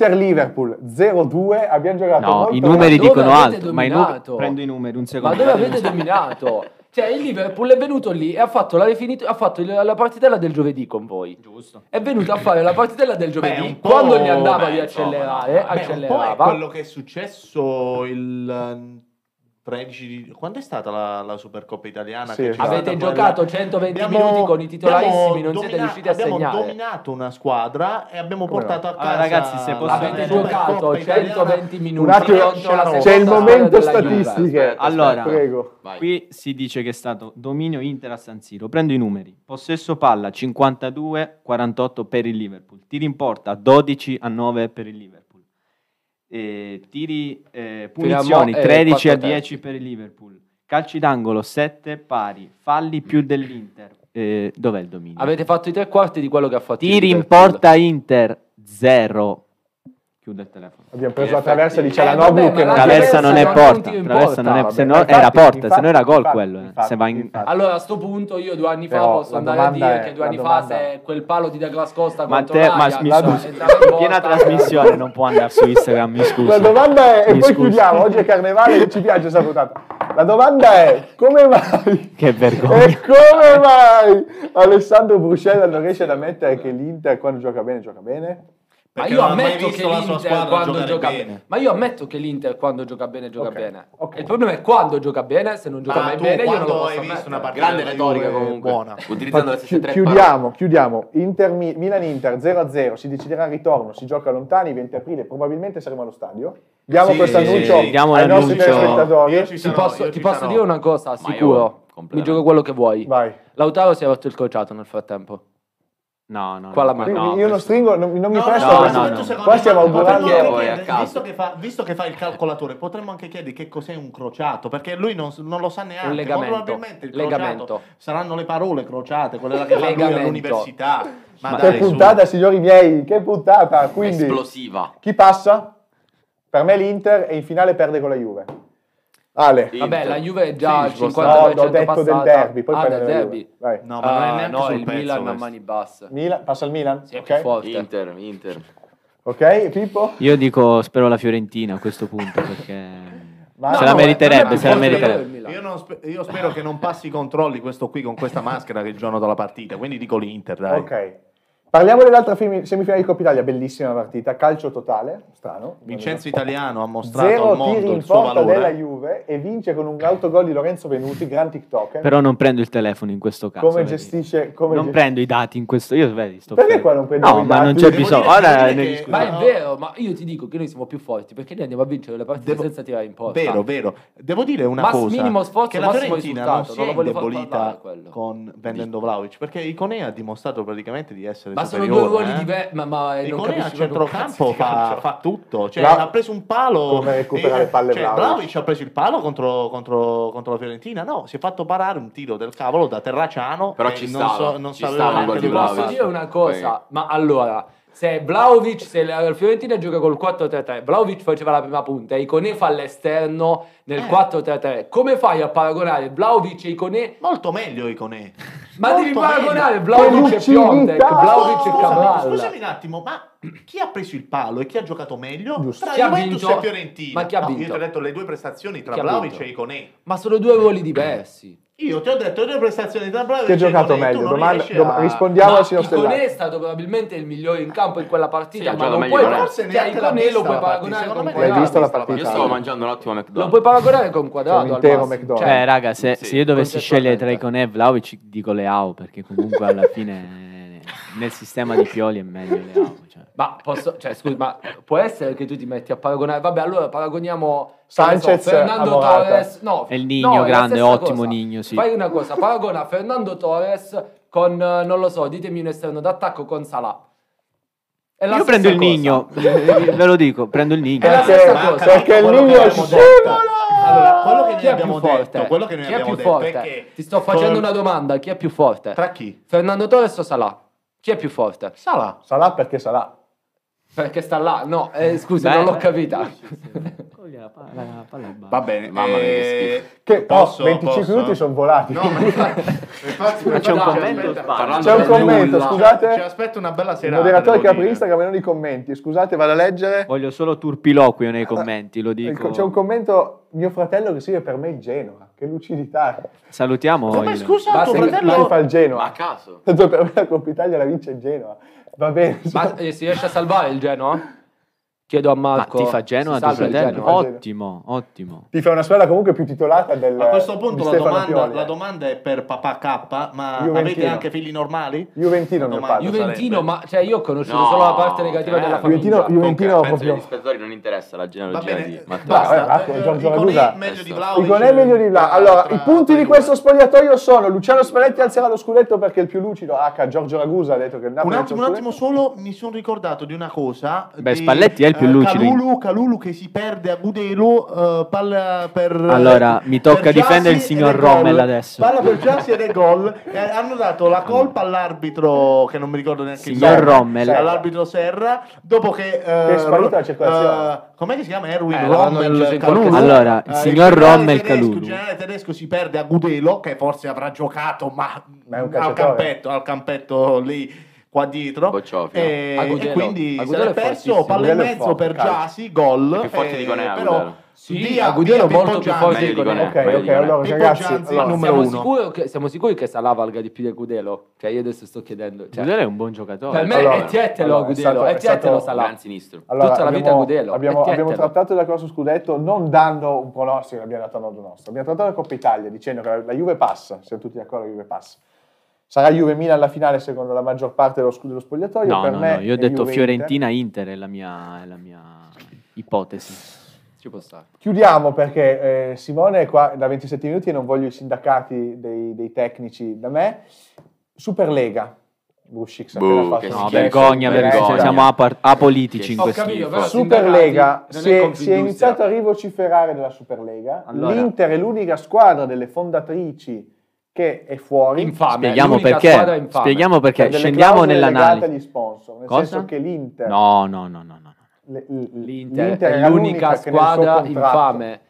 S1: Inter-Liverpool 0-2, abbiamo giocato
S4: No,
S1: molto male.
S4: i numeri
S3: Ma dove
S4: dicono
S3: avete
S4: altro. Ma i nu-
S3: dominato?
S4: prendo i numeri un secondo.
S3: Ma dove
S4: datemi un
S3: avete
S4: secondo.
S3: dominato? Cioè, il Liverpool è venuto lì e ha fatto la, rifinito- ha fatto il- la partitella del giovedì con voi.
S4: Giusto.
S3: È venuto a fare la partitella del
S5: Beh,
S3: giovedì
S5: un po',
S3: quando gli andava
S5: beh,
S3: di
S2: insomma,
S3: accelerare,
S2: no, beh,
S5: Beh, un po' è
S3: accelerava.
S5: quello che è successo il eh, 13 di... Quando è stata la, la Supercoppa italiana?
S1: Sì,
S5: che c'è
S1: esatto.
S5: stata
S3: Avete
S5: quella-
S3: giocato 120 minuti con i titolarissimi, non siete
S5: domina-
S3: riusciti a segnare. Ah,
S5: Abbiamo dominato una squadra e abbiamo
S1: Come no?
S5: portato a casa...
S4: Allora, ragazzi, se posso-
S5: la
S3: Avete
S4: Vabbè,
S3: giocato
S5: Supercoppa italiana.
S3: 120 minuti
S1: Un attimo,
S3: contro la seconda
S1: c'è il
S3: squadra
S1: momento
S3: della Juve.
S1: statistiche.
S2: Aspetta,
S4: Allora,
S1: Prego.
S2: Vai.
S4: Qui si dice che è stato dominio Inter a San Siro. Prendo i numeri. Possesso palla 52-48 per il Liverpool. Tiri in porta 12 a 9 per il Liverpool. eh, tiri, eh,
S3: Fino a mo'
S4: punizioni
S3: è
S4: 13 a
S3: quattro
S4: 10 per il Liverpool, calci d'angolo 7 pari, falli più dell'Inter. Eh, dov'è il dominio?
S3: Avete fatto i tre quarti di quello che ha fatto il
S4: Tiri in
S3: Liverpool.
S4: porta Inter 0. Chiude il telefono.
S1: Abbiamo
S2: In
S1: preso la
S2: effetti.
S1: traversa di
S2: Eh,
S1: Cialanoglu
S3: vabbè, ma
S1: che
S3: la
S4: Traversa non
S3: non
S4: è
S3: è un
S4: porta,
S3: tiro in
S4: traversa non è,
S1: porta.
S4: se no
S1: Vabbè,
S4: era
S1: infatti,
S4: porta, se
S1: infatti,
S4: no era gol
S1: infatti,
S4: quello. eh.
S1: infatti,
S4: Se va in-
S1: infatti.
S3: Allora a sto punto io due anni fa
S1: Però
S3: posso
S1: la
S3: andare a
S1: domanda
S3: dire
S1: è-
S3: che due
S1: la
S3: anni fa
S1: domanda-
S3: se quel palo di Douglas Costa
S4: Ma,
S3: contro
S4: te, ma
S3: l'Ajax,
S4: mi
S1: la-
S4: scusi,
S3: entrava in porta-
S4: piena trasmissione, non può andare su Instagram, mi scusi.
S1: La domanda è, e
S4: Mi
S1: poi
S4: scusi.
S1: chiudiamo, oggi è carnevale e ci piace salutato. La domanda è, come mai?
S4: Che vergogna.
S1: E come mai Alessandro Bruscella non riesce ad ammettere che l'Inter quando gioca bene, gioca bene?
S5: Perché
S3: ma io
S5: non ha mai
S3: ammetto che
S5: visto la sua
S3: l'Inter
S5: squadra
S3: quando
S5: giocare
S3: gioca
S5: bene.
S3: bene. Ma io ammetto che l'Inter quando gioca bene gioca
S1: Ok,
S3: bene.
S1: ok.
S3: Il problema è quando gioca bene, se non gioca
S5: Ma
S3: mai
S5: tu
S3: bene io non lo
S5: quando
S3: posso
S5: hai visto
S3: ammettere.
S5: una partita
S2: Grande
S5: della
S2: retorica
S5: Juve
S2: comunque.
S5: buona.
S2: Utilizzando le
S1: Chi-
S2: stesse tre parole.
S1: chiudiamo, chiudiamo. Inter, Mi- Milan-Inter 0-0, si deciderà il ritorno, si gioca lontani, 20 aprile, probabilmente saremo allo stadio. Diamo
S5: Sì,
S1: questo
S5: sì,
S1: annuncio
S5: sì,
S4: diamo
S1: ai nostri
S4: l'annuncio.
S1: telespettatori.
S5: Io ci
S3: Ti
S5: sarò,
S3: posso,
S5: io
S3: ti
S5: ci
S3: posso
S5: sarò.
S3: dire una cosa,
S2: io
S3: sicuro. Mi
S2: completamente.
S3: gioco quello che vuoi.
S1: Vai.
S3: Lautaro si è fatto il crociato nel frattempo.
S4: No, no,
S3: Qua
S4: no,
S3: la
S4: no,
S3: mano.
S1: Quindi
S4: no,
S1: io non
S4: questo-
S1: stringo, non, non mi
S6: No,
S1: presto.
S6: no,
S4: questo-
S6: no,
S4: no,
S6: no,
S4: no,
S6: no.
S4: no.
S1: Qua stiamo
S6: Potremmo
S1: augurando-
S6: anche
S2: Voi a
S6: chiedere,
S2: caso.
S6: Visto che, fa, visto che fa il calcolatore, potremmo anche chiedergli che cos'è un crociato, perché lui non, non lo sa neanche.
S3: Un legamento.
S6: Probabilmente il crociato
S3: Legamento.
S6: saranno le parole crociate, quelle che fa lui
S3: Legamento.
S6: all'università. Ma,
S4: Ma-
S1: Che
S6: dai, su.
S1: puntata, signori miei, che puntata. Quindi
S2: Esplosiva.
S1: chi passa? Per me l'Inter e in finale perde con la Juve. Ale.
S3: Vabbè,
S2: Inter.
S3: la Juve è già
S2: Sì,
S3: il
S2: ci
S3: 50%
S2: può stare.
S1: No, ho detto
S3: passata.
S1: del derby, poi
S3: ah,
S1: prende
S3: del
S1: la Juve.
S3: derby.
S1: Vai.
S6: No, ma non è
S3: Ah,
S6: neanche
S3: no,
S6: sul
S3: il
S6: pezzo
S3: Milan a
S6: questo.
S3: mani basse.
S1: Milan- passa il Milan?
S3: Sì, è più
S1: ok.
S3: forte.
S2: Inter, Inter.
S1: Ok, Pippo?
S4: Io dico, spero la Fiorentina a questo punto, perché...
S1: Ma-
S4: Se la
S1: no,
S4: meriterebbe,
S5: ma-
S4: se la
S5: ma-
S4: meriterebbe.
S5: Io, non spe- io spero che non passi i controlli questo qui con questa maschera che il giorno della partita, quindi dico l'Inter, dai.
S1: Ok. Parliamo dell'altra femi- semifinale di Coppa Italia, bellissima partita, calcio totale, strano.
S5: Vincenzo Italiano ha mostrato
S1: Zero
S5: al
S1: tiri
S5: mondo
S1: in
S5: il suo
S1: porta della
S5: valore.
S1: Juve e vince con un autogol di Lorenzo Venuti, gran TikToker.
S4: Però non prendo il telefono in questo caso.
S1: come
S4: vedi.
S1: gestisce... Come
S4: Non
S1: gest-
S4: prendo i dati in questo... Io, vedi, sto
S1: Perché
S4: fermo.
S1: qua non prendiamo
S4: No,
S1: i
S4: ma
S1: dati?
S4: non c'è
S1: Devo
S4: bisogno.
S6: dire- devo
S4: Ora
S6: dire
S4: ne
S6: che-
S4: discutiamo.
S3: Ma è
S6: No.
S3: vero, ma io ti dico che noi siamo più forti perché noi andiamo a vincere le partite
S5: Devo-
S3: senza tirare in porta.
S5: Vero, vero. Devo dire una
S3: Mass-
S5: cosa.
S3: minimo sforzo,
S5: che la
S3: massimo
S5: Fiorentina
S3: risultato,
S5: non si
S3: non
S5: è
S3: lo voglio far parlare,
S5: indebolita
S3: quello.
S5: con vendendo Vlaovic, perché Iconea ha dimostrato praticamente di essere
S3: Ma sono
S5: superiore.
S3: due ruoli
S5: eh.
S3: diversi. Ma, ma eh, non
S5: Iconea a
S3: capisci proprio un cazzo
S5: centrocampo
S3: di calcio.
S5: fa, fa tutto, cioè,
S1: Bra-
S5: ha preso un palo.
S1: Come recuperare
S5: eh,
S1: palle
S5: cioè,
S1: Vlahovic.
S5: Vlahovic ha preso il palo contro, contro- contro la Fiorentina. No, si è fatto parare un tiro del cavolo da Terraciano.
S2: Però
S5: e
S2: ci
S5: non
S2: stava,
S5: so- non
S2: ci
S5: sapevo
S2: stava un
S3: Ah,
S2: gol
S5: neanche
S2: di
S5: dove
S2: Vlahovic.
S5: fosse.
S3: Posso dire una cosa, ma allora, se Vlaovic, se la Fiorentina gioca col 4-3-3, Vlaovic faceva la prima punta, Iconé fa all'esterno nel
S5: Eh.
S3: 4-3-3, come fai a paragonare Vlaovic e Iconé?
S5: Molto meglio Iconè.
S3: Ma
S5: Molto
S3: devi
S5: meglio.
S3: paragonare Vlaovic e
S1: Lucidità!
S3: Piontek, Vlaovic e
S1: Scusami,
S3: Cabral.
S5: Oh, Scusami un attimo, ma chi ha preso il palo e chi ha giocato meglio
S1: Giusto.
S5: tra
S3: Chi ha
S5: Juventus
S3: vinto?
S5: e Fiorentina?
S3: Ma chi ha
S5: No,
S3: vinto?
S5: io ti ho detto le due prestazioni tra
S3: Chi ha
S5: Vlaovic
S3: vinto?
S5: e Iconè.
S3: Ma sono due ruoli diversi.
S5: Io ti ho detto le due prestazioni tra Vlaovic
S1: Chi
S5: e
S1: ha giocato
S5: Iconé, tu
S1: meglio?
S5: non
S1: Domanda-
S5: riesci
S1: dom-
S5: a-
S1: rispondiamo
S3: ma
S1: al signor
S3: Iconé
S1: Stellari.
S3: è stato probabilmente il migliore in campo in quella partita,
S2: Sì, ha
S3: ma
S2: giocato
S3: non
S2: meglio
S3: puoi
S2: di me.
S5: Forse
S3: cioè,
S5: neanche l'ha
S3: Iconé lo
S5: vista
S3: puoi
S5: la partita,
S3: paragonare
S5: secondo
S3: con
S1: Hai
S5: me l'ha
S3: Quadrado.
S1: visto la
S5: vista la
S1: partita?
S2: Io
S4: esatto.
S2: stavo
S5: Sì.
S2: mangiando un attimo McDonald's.
S3: Lo puoi paragonare con Quadrado
S1: C'è un intero
S3: al massimo.
S1: McDonald's.
S4: Cioè, raga, se,
S2: Sì,
S4: se io dovessi scegliere tra
S3: concettualmente.
S4: Icone e Vlaovic, dico Leao, perché comunque alla fine eh, nel sistema di Pioli è meglio Leao. Cioè.
S3: Ma posso, cioè, scusi, ma può essere che tu ti metti a paragonare? Vabbè, allora paragoniamo che
S1: Sanchez
S3: ne so, Fernando
S1: a Morata.
S3: Torres. No,
S4: E il Nigno,
S3: no, è la
S4: grande,
S3: stessa
S4: ottimo
S3: cosa.
S4: Nigno, sì.
S3: Fai una cosa, paragona Fernando Torres con, eh, non lo so, ditemi un esterno d'attacco con Salah. È la
S4: Io prendo il
S3: stessa
S4: Nigno, ve lo dico, prendo il Nigno.
S3: È la
S1: Perché,
S3: stessa cosa.
S1: perché il
S5: Quello
S1: Nino
S5: che
S1: è
S5: abbiamo detto. Allora, quello che
S3: Chi è
S5: noi abbiamo
S3: più forte?
S5: detto, quello che noi
S3: Chi è
S5: abbiamo
S3: più
S5: detto
S3: forte?
S5: è che
S3: Ti sto facendo
S5: con-
S3: una domanda, chi è più forte?
S5: Tra chi?
S3: Fernando Torres o Salah? Chi è più forte?
S5: Sala.
S1: Sarà perché sarà.
S3: Perché sta là. No, eh, scusa,
S4: Beh,
S3: non l'ho
S4: beh,
S3: capita.
S4: Cogli la palla- la palla e basta.
S5: Va bene,
S2: Mamma mia, che
S5: eh,
S1: Che
S5: posso,
S1: oh, 25
S5: posso,
S1: minuti
S5: eh?
S1: sono volati.
S5: No, ma infatti, infatti
S4: Ma c'è un
S5: aspetta,
S4: commento?
S5: aspetta.
S2: Parlando
S1: C'è un
S2: del
S1: commento,
S2: nulla.
S1: scusate.
S5: Cioè, Ci aspetta una bella
S1: Il
S5: serata.
S1: moderatore
S5: devo
S1: che apre
S5: dire.
S1: Instagram e non i commenti. Scusate, vado a leggere.
S4: Voglio solo turpiloquio nei commenti,
S3: Eh,
S4: lo dico.
S1: C'è un commento, mio fratello che scrive per me il Genoa. Che lucidità.
S4: Salutiamo
S5: Come
S4: il-
S5: scusa,
S3: Ma
S5: tuo
S3: se-
S1: Mari
S5: fratello
S1: fa il Genoa.
S2: Ma a caso.
S1: Tanto per me la Coppa Italia la vince il Genoa. Va bene.
S3: Ma eh, si riesce a salvare il Genoa? Chiedo a
S4: Ma
S3: Marco.
S4: ti fa Genoa
S3: Si
S4: tuo
S3: salva il
S4: fratello?
S3: Genoa?
S4: Ottimo, ottimo.
S1: Ti fa una squadra comunque più titolata del
S5: A questo punto
S1: di
S5: la
S1: Stefano
S5: domanda,
S1: Pioli,
S5: la
S1: eh.
S5: domanda è per papà K, ma
S1: Juventino.
S5: avete anche figli normali?
S1: Juventino mio
S5: Domanda.
S1: padre.
S3: Juventino,
S5: sarebbe.
S3: ma cioè, io ho conosciuto
S2: No,
S3: solo la parte negativa
S2: eh,
S3: della
S1: Juventino-
S3: famiglia.
S1: Ju- Juventino
S2: Comunque, penso
S1: proprio-
S2: che agli spettatori non interessa la
S5: Va
S2: genealogia
S5: bene,
S2: di Matteo.
S1: basta.
S5: basta.
S1: eh, Giorgio
S5: Iconè
S1: Ragusa.
S5: meglio di
S2: Questo.
S5: Vlaovic.
S1: Iconè meglio di là. Allora, i punti di questo spogliatoio sono Luciano Spalletti alzerà lo scudetto perché è il più lucido. H. Giorgio Ragusa ha detto che il Napoli
S5: Un
S1: alza
S5: attimo,
S1: lo
S5: un attimo,
S1: scudetto.
S5: solo mi sono ricordato di una cosa.
S4: Beh,
S5: di-
S4: Spalletti è il più lucidi.
S6: Calulu, Calulu eh, che si perde a Gudelo, eh, palla per...
S4: Allora, mi tocca
S6: per
S4: difendere il
S6: Giassi
S4: signor
S6: ed è gol.
S4: Rommel adesso.
S6: Palla per Giassi ed è gol. Eh, hanno dato la colpa all'arbitro, che non mi ricordo neanche
S4: Signor
S6: il nome.
S4: Rommel.
S6: All'arbitro Serra, dopo che... eh,
S1: Che è sparita la circolazione.
S6: eh, com'è che si chiama? Erwin
S3: Eh, l'avranno chiuso
S6: Rommel
S3: in qualche-
S6: Calulu.
S4: Allora, il
S6: Eh,
S4: signor
S6: generale
S4: Rommel
S6: tedesco,
S4: Calulu.
S6: Il generale tedesco si perde a Gudelo, che forse avrà giocato, ma,
S1: Ma è un
S6: al,
S1: calciatore.
S6: campetto, al campetto lì qua dietro.
S2: Bocciofilo.
S6: E,
S3: Agudelo.
S6: e quindi
S3: Agudelo
S6: se l'è
S3: è
S6: perso
S3: fortissimo.
S6: palla in
S1: Agudelo è
S6: mezzo
S1: forte,
S6: per
S1: calcio.
S6: Giassi, gol.
S2: È più forte
S6: Eh,
S2: di Gonè,
S6: Però
S2: Agudelo.
S3: Sì,
S6: via,
S3: Agudelo
S6: via
S3: è molto
S6: Pippo
S3: più
S6: Gianzi.
S3: forte
S2: Meglio
S3: di
S2: di
S3: Gonè.
S2: Gonè.
S1: Ok,
S2: meglio
S1: ok,
S2: di Gonè.
S1: allora
S6: Pippo
S1: ragazzi,
S6: Gianzi,
S1: allora,
S6: numero
S3: Siamo
S6: uno.
S3: sicuri, che, siamo sicuri che Salah valga di più di Agudelo? Cioè io adesso sto chiedendo. Cioè,
S4: Gudelo è un buon
S3: per
S4: giocatore.
S3: me
S1: Allora,
S3: è tietelo
S1: allora, è
S3: Agudelo,
S1: stato-
S3: è
S1: è stato-
S3: tietelo
S2: Gran
S3: Salah.
S2: sinistro.
S1: Allora,
S3: Tutta la
S1: abbiamo,
S3: vita Gudelo,
S1: Abbiamo,
S3: è
S1: abbiamo
S3: Tietelo.
S1: trattato della corsa scudetto non dando un pronostico che abbiamo dato a modo nostro. Abbiamo trattato la Coppa Italia dicendo che la, la Juve passa, siamo tutti d'accordo, la Juve passa. Sarà Juve Milan alla finale secondo la maggior parte dello, scu- dello spogliatoio.
S4: No,
S1: per
S4: no,
S1: me
S4: no, io ho
S1: è
S4: detto
S1: Juve-Inter.
S4: Fiorentina-Inter è la mia, è la mia ipotesi.
S3: Ci può stare.
S1: Chiudiamo perché eh, Simone è qua da 27 minuti e non voglio i sindacati dei, dei tecnici da me. Superlega. Buscic sapeva
S2: Boh,
S1: fatto
S2: che
S1: un
S2: schifo.
S4: No,
S1: gesto
S4: vergogna,
S1: di
S4: vergogna.
S1: vergogna.
S4: Siamo apar-
S2: Che
S4: apolitici in
S2: schifo.
S3: Ho
S4: questo.
S3: capito, però
S2: La
S1: Superlega,
S3: sindacati non
S1: si è, si è
S3: Confindustria.
S1: iniziato a rivociferare della Superlega.
S4: Allora.
S1: L'Inter è l'unica squadra delle fondatrici che è fuori.
S3: Infame,
S4: Spieghiamo
S3: l'unica squadra
S4: perché.
S3: infame.
S1: per
S4: Spieghiamo perché.
S1: Cioè, delle
S4: Scendiamo
S1: clausole legate
S4: nell'analisi.
S1: agli eh. sponsor, nel
S4: Cosa?
S1: senso che l'Inter,
S4: No, no, no, no, no.
S1: l- l-
S3: L'Inter,
S1: era
S3: è Cioè, l'unica
S1: che nel suo
S3: squadra
S1: contratto-
S3: infame.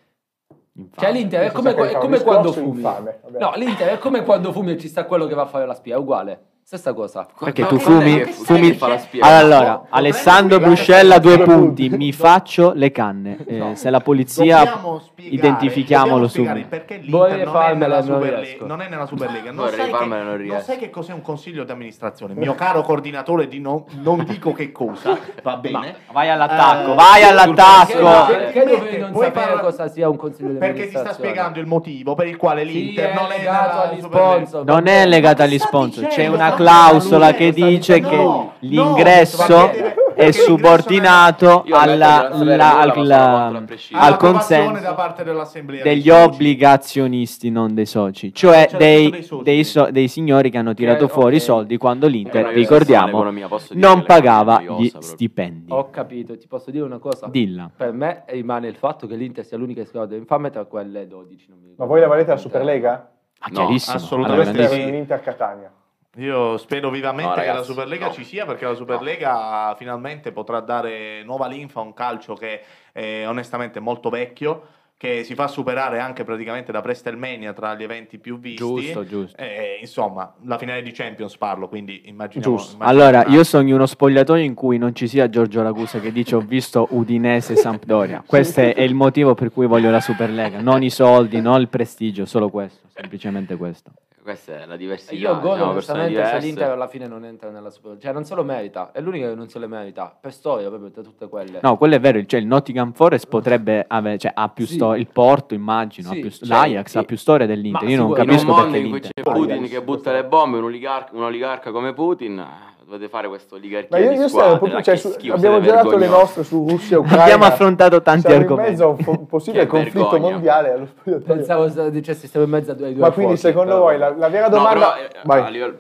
S3: Cioè l'Inter è
S1: Nel senso
S3: come,
S1: che
S3: è
S1: fa un
S3: come quando
S1: discorso
S3: fumi.
S1: infame, vabbè.
S3: No, l'Inter è come quando fumi e ci sta quello che va a fare la spia, è uguale. Stessa cosa.
S4: Perché
S2: Ma
S4: tu
S2: quando
S4: fumi-
S2: è che-
S4: fumi-
S2: quando è che fa la spia?
S4: Allora,
S6: potremmo
S4: Alessandro
S6: spiegare-
S4: Bruscella, due
S1: Due
S4: punti.
S1: punti.
S4: Mi faccio le canne. Eh,
S6: No.
S4: Se la polizia.
S6: Dobbiamo spiegare-
S4: identifichiamolo
S6: dobbiamo spiegare
S4: subito.
S6: perché
S3: Vorrei
S6: l'Inter non è,
S3: farmela,
S6: nella
S3: non
S6: Superle-
S3: riesco.
S6: non è nella Superlega. Non
S2: Vorrei
S6: sai, che,
S2: farmela, non
S6: non
S2: riesco.
S6: sai che cos'è un consiglio di amministrazione. Mio caro coordinatore di no- non dico che cosa, va bene.
S4: Vai all'attacco,
S6: Eh,
S4: vai
S3: Perché,
S2: Ascolta.
S4: all'attacco.
S3: perché dovevi non
S6: Puoi
S3: sapere
S6: parlare-
S3: cosa sia un consiglio di
S6: Perché ti sta
S3: amministrazione?
S6: spiegando il motivo per il quale
S3: Sì,
S6: l'Inter non è
S3: legato
S6: nella
S3: agli
S6: Superlega.
S3: sponsor.
S4: Non è legata agli sponsor, c'è una clausola che dice che
S6: No,
S4: l'ingresso
S6: no,
S4: è subordinato
S2: Io ammetto di non
S4: alla-
S2: sapere
S4: alla-
S2: nulla, ma sono
S4: alla-
S2: contro a prescindere.
S4: al
S6: All'approvazione da
S4: consenso
S6: parte dell'assemblea
S4: degli
S6: dei soci.
S4: obbligazionisti, non dei soci, cioè
S6: Cioè,
S4: dei,
S6: dei soci.
S4: dei so- dei signori che hanno tirato
S3: Ok,
S4: fuori i
S3: ok.
S4: soldi quando
S2: È
S4: l'Inter,
S2: una
S4: ricordiamo,
S2: economia, posso dire che
S4: non
S2: è una
S4: pagava
S2: noiosa
S4: gli
S2: proprio.
S4: stipendi.
S3: Ho capito, ti posso dire una cosa?
S4: Dilla.
S3: Per me rimane il fatto che l'Inter sia l'unica squadra infame tra quelle 12. Non mi ricordo.
S1: Ma voi la valete la Superlega?
S4: Ah,
S2: No,
S4: chiarissimo.
S5: assolutamente
S4: Allora,
S1: Questa era
S5: sì.
S1: in Inter Catania.
S5: Io spero vivamente
S2: No,
S5: che la
S2: ragazzi,
S5: Superlega
S2: no.
S5: ci sia perché la Superlega finalmente potrà dare nuova linfa a un calcio che è onestamente molto vecchio, che si fa superare anche praticamente da Prestelmania tra gli eventi più visti.
S4: giusto, giusto.
S5: Eh, insomma, la finale di Champions parlo, quindi immaginiamo.
S1: Giusto.
S5: immaginiamo-
S4: Allora, io sogno uno spogliatoio in cui non ci sia Giorgio Ragusa che dice ho visto Udinese e Sampdoria. Questo è è il motivo per cui voglio la Superlega, non i soldi, non il prestigio, solo questo, semplicemente questo.
S2: Questa è la diversità.
S3: Io godo
S2: siamo persone
S3: onestamente se
S2: diverse.
S3: l'Inter alla fine non entra nella Superlega. Cioè non se lo merita, è l'unica che non se lo merita. Per storia proprio tra tutte quelle.
S4: No, quello è vero, cioè il Nottingham Forest potrebbe avere, cioè ha più
S3: Sì.
S4: storia, il Porto immagino, ha
S3: Sì,
S4: più sto-
S3: cioè,
S4: l'Ajax
S3: sì.
S4: ha più storia dell'Inter,
S3: Ma
S4: io non
S3: sicuro,
S2: in un
S4: capisco
S2: mondo
S4: perché
S2: in cui c'è
S4: l'Inter...
S2: Putin che butta le bombe, un oligarca, un oligarca come Putin, eh, dovete fare questo oligarchia
S1: Ma io,
S2: di
S1: io
S2: squadra,
S1: stavo proprio,
S2: che
S1: cioè, su-
S2: schifo,
S1: abbiamo
S2: siete
S1: girato le
S2: vergognosi.
S1: nostre su Russia e Ucraina.
S4: Abbiamo affrontato tanti
S1: Siamo
S4: argomenti.
S1: in mezzo a un po- possibile
S2: Che
S1: conflitto
S2: vergogna.
S1: mondiale allo spogliatoio.
S3: Pensavo se dicessi stiamo in mezzo ai due. ai due
S1: Ma quindi
S3: fuochi,
S1: secondo
S3: però-
S1: voi la, la vera
S2: No,
S1: domanda...
S2: però, eh,
S1: Vai.
S2: a livello-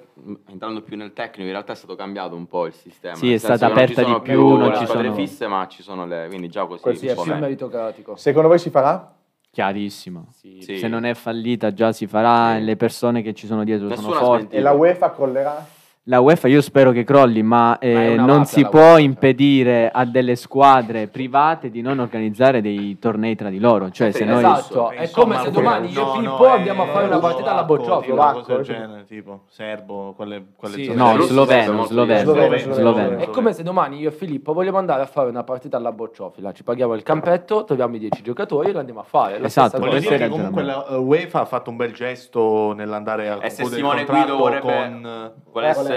S2: entrando più nel tecnico, in realtà è stato cambiato un po' il sistema.
S4: Sì,
S2: nel
S4: è
S2: senso
S4: stata
S2: che non
S4: aperta
S2: ci sono
S4: di
S2: più,
S4: più,
S2: le
S4: non ci
S2: squadre
S4: sono-
S2: fisse, ma ci sono le... Quindi già così
S1: Questo
S3: Sì,
S2: un
S3: è
S2: po'
S3: più
S2: meglio.
S3: meritocratico.
S1: Secondo voi si farà?
S4: Chiarissimo.
S3: Sì.
S2: Sì.
S4: Se non è fallita già si farà,
S2: Sì.
S4: le persone che ci sono dietro
S2: Nessuno
S4: sono
S2: ha
S4: forti.
S2: smentito.
S1: E la UEFA crollerà?
S4: La UEFA io spero che crolli, ma, eh,
S3: Ma è una
S4: non
S3: vata
S4: si
S3: la
S4: può
S3: UEFA, cioè.
S4: impedire a delle squadre private di non organizzare dei tornei tra di loro. Cioè, se
S2: Sì,
S4: noi...
S2: esatto.
S3: Esatto, è
S5: Insomma,
S3: come se
S5: quello-
S3: domani io
S5: no,
S3: e
S5: no, eh,
S3: Pippo
S5: è-
S3: andiamo a fare una
S5: Slovacco,
S3: partita alla
S5: tipo,
S3: Boggiovio.
S1: Slovacco.
S5: cose del genere, tipo serbo, quelle, quelle
S3: Sì,
S5: zone.
S4: No,
S2: Russia sarebbe
S4: sloveno,
S2: molto
S4: sloveno,
S1: diverso.
S4: sloveno,
S1: Sloveno,
S4: sloveno.
S3: È come se domani io e Filippo vogliamo andare a fare una partita alla bocciofila. Ci paghiamo il campetto, troviamo i 10 giocatori e lo andiamo a fare. La
S4: Esatto,
S3: stessa
S5: Voglio
S3: cosa.
S5: dire
S4: questo è
S5: che
S4: il
S5: comunque la
S4: ragionamento.
S5: eh, UEFA ha fatto un bel gesto nell'andare a
S2: E Eh, se
S5: concludere
S2: Simone
S5: il contratto
S2: Guido vorrebbe-
S5: con... eh,
S1: Eh,
S2: Volesse-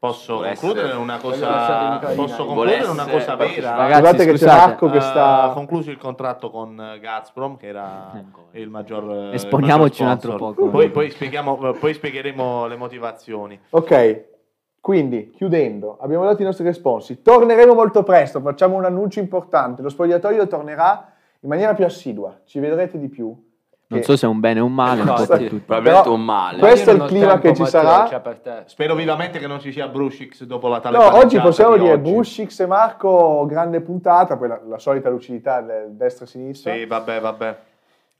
S5: Posso
S2: volesse-
S5: concludere una
S3: lasciare
S5: cosa
S3: in Ucraina.
S5: posso concludere una
S2: Volesse
S5: cosa vera? Eh,
S2: partecipare.
S4: Ragazzi,
S1: Guardate che c'è
S4: scusate. eh.
S1: Marco che
S5: Ha
S1: sta...
S5: concluso il contratto con eh, Gazprom, che era
S2: Ecco.
S4: Ancora.
S5: il maggior. eh,
S4: Esponiamoci
S5: il
S4: un
S5: maggior
S4: altro
S5: sponsor.
S4: poco.
S5: Poi, poi spieghiamo- eh, poi spiegheremo le motivazioni.
S1: Ok, quindi chiudendo, abbiamo dato i nostri responsi. Torneremo molto presto, facciamo un annuncio importante. Lo spogliatoio tornerà in maniera più assidua, ci vedrete di più.
S4: Non
S1: Che-
S4: so se è un bene o un male, un po'
S3: Infatti.
S4: per tutti.
S2: Probabilmente
S1: Però-
S2: un male.
S1: questo
S3: Io
S1: è il
S3: non ho
S1: clima
S3: tempo,
S1: che ci
S3: Matteo,
S1: sarà. Eh,
S3: cioè, per te.
S5: Spero vivamente che non ci sia Brushix dopo la tale
S1: No, oggi
S5: paneggiata
S1: possiamo
S5: di
S1: dire
S5: oggi.
S1: Bushix e Marco, grande puntata, poi la, la solita lucidità del destra e sinistra.
S5: Sì, vabbè, vabbè.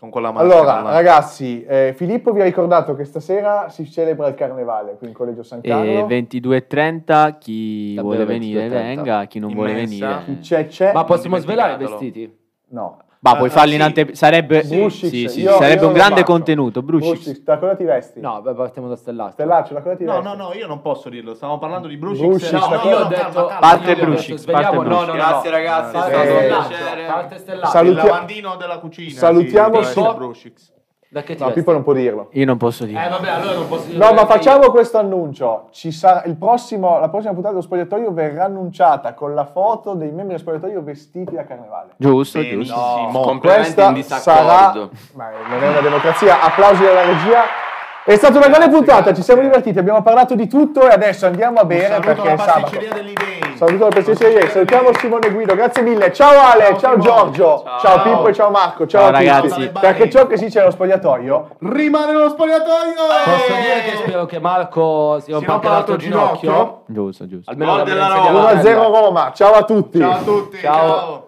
S5: Con quella maschera.
S1: Allora,
S5: là.
S1: ragazzi, eh, Filippo vi ha ricordato che stasera si celebra il carnevale qui in Collegio San
S4: Eh, E
S1: Carlo.
S4: 22.30 chi
S3: Davvero
S4: vuole venire
S3: 22.30.
S4: venga, chi non vuole
S5: Immensa.
S4: venire.
S1: C'è, c'è.
S3: Ma possiamo
S5: non
S3: svelare i
S5: dimenticatelo.
S3: vestiti?
S1: No.
S4: Ma puoi
S5: Ah,
S4: farli in
S5: sì.
S4: anteprima. Sarebbe,
S1: Brushix,
S4: sì, sì,
S1: io-
S4: sarebbe
S1: io
S4: un
S1: lo
S4: grande
S1: faccio.
S4: contenuto. Brushix.
S1: Bushix, da cosa ti vesti?
S3: No, beh, partiamo da Stellaccio.
S1: Stellaccio, da cosa ti
S5: No,
S1: vesti?
S5: no, no, io non posso dirlo. Stavamo parlando di Brushix.
S1: Brushix,
S5: no,
S1: la
S5: no,
S1: cosa-
S5: io
S1: Io
S5: ho
S1: ho
S5: detto, calma,
S4: parte
S5: io ho detto-
S4: Brushix, parte
S3: no, no,
S4: Brushix.
S3: no,
S2: Grazie, ragazzi,
S3: Parte
S1: è stato un
S3: Stellaccio,
S2: piacere.
S3: Parte Stellaccio.
S5: Il
S1: Saluti-
S5: lavandino della cucina.
S1: Salutiamo-
S5: sì, di Brushix.
S3: Da che ti
S1: No,
S3: vesti?
S1: Pippo non può dirlo.
S4: Io non posso dire.
S3: Eh, vabbè, allora non posso dire
S1: No, ma
S3: niente io.
S1: facciamo questo annuncio. Ci sarà il prossimo, la prossima puntata dello spogliatoio verrà annunciata con la foto dei membri dello spogliatoio vestiti da carnevale.
S4: giusto, giusto.
S5: Benissimo.
S2: Completamente in disaccordo.
S1: sarà... Ma non è una democrazia. Applausi alla regia. È stata una grande
S5: Grazie,
S1: puntata, ci siamo
S5: grazie.
S1: divertiti, abbiamo parlato di tutto e adesso andiamo a bere
S5: Saluto
S1: perché
S5: la
S1: è sabato.
S5: pasticceria dell'Idei.
S1: Saluto la pasticceria, salutiamo Simone Guido, grazie mille. Ciao Ale, ciao,
S5: Ciao Simone.
S1: Giorgio, ciao.
S5: Ciao.
S1: Pippo e ciao Marco, ciao,
S4: Ciao
S1: a tutti.
S4: ragazzi.
S1: Perché ciò che si dice nello spogliatoio
S5: Rimane lo spogliatoio!
S3: Posso dire che spero che Marco si rompa anche l'altro ginocchio?
S4: Giusto, giusto.
S3: Almeno
S2: Gol della
S3: la presenza di
S2: Roma.
S3: Amarella.
S1: 1-0 Roma. Ciao a tutti.
S5: Ciao a tutti,
S3: Ciao.
S5: ciao.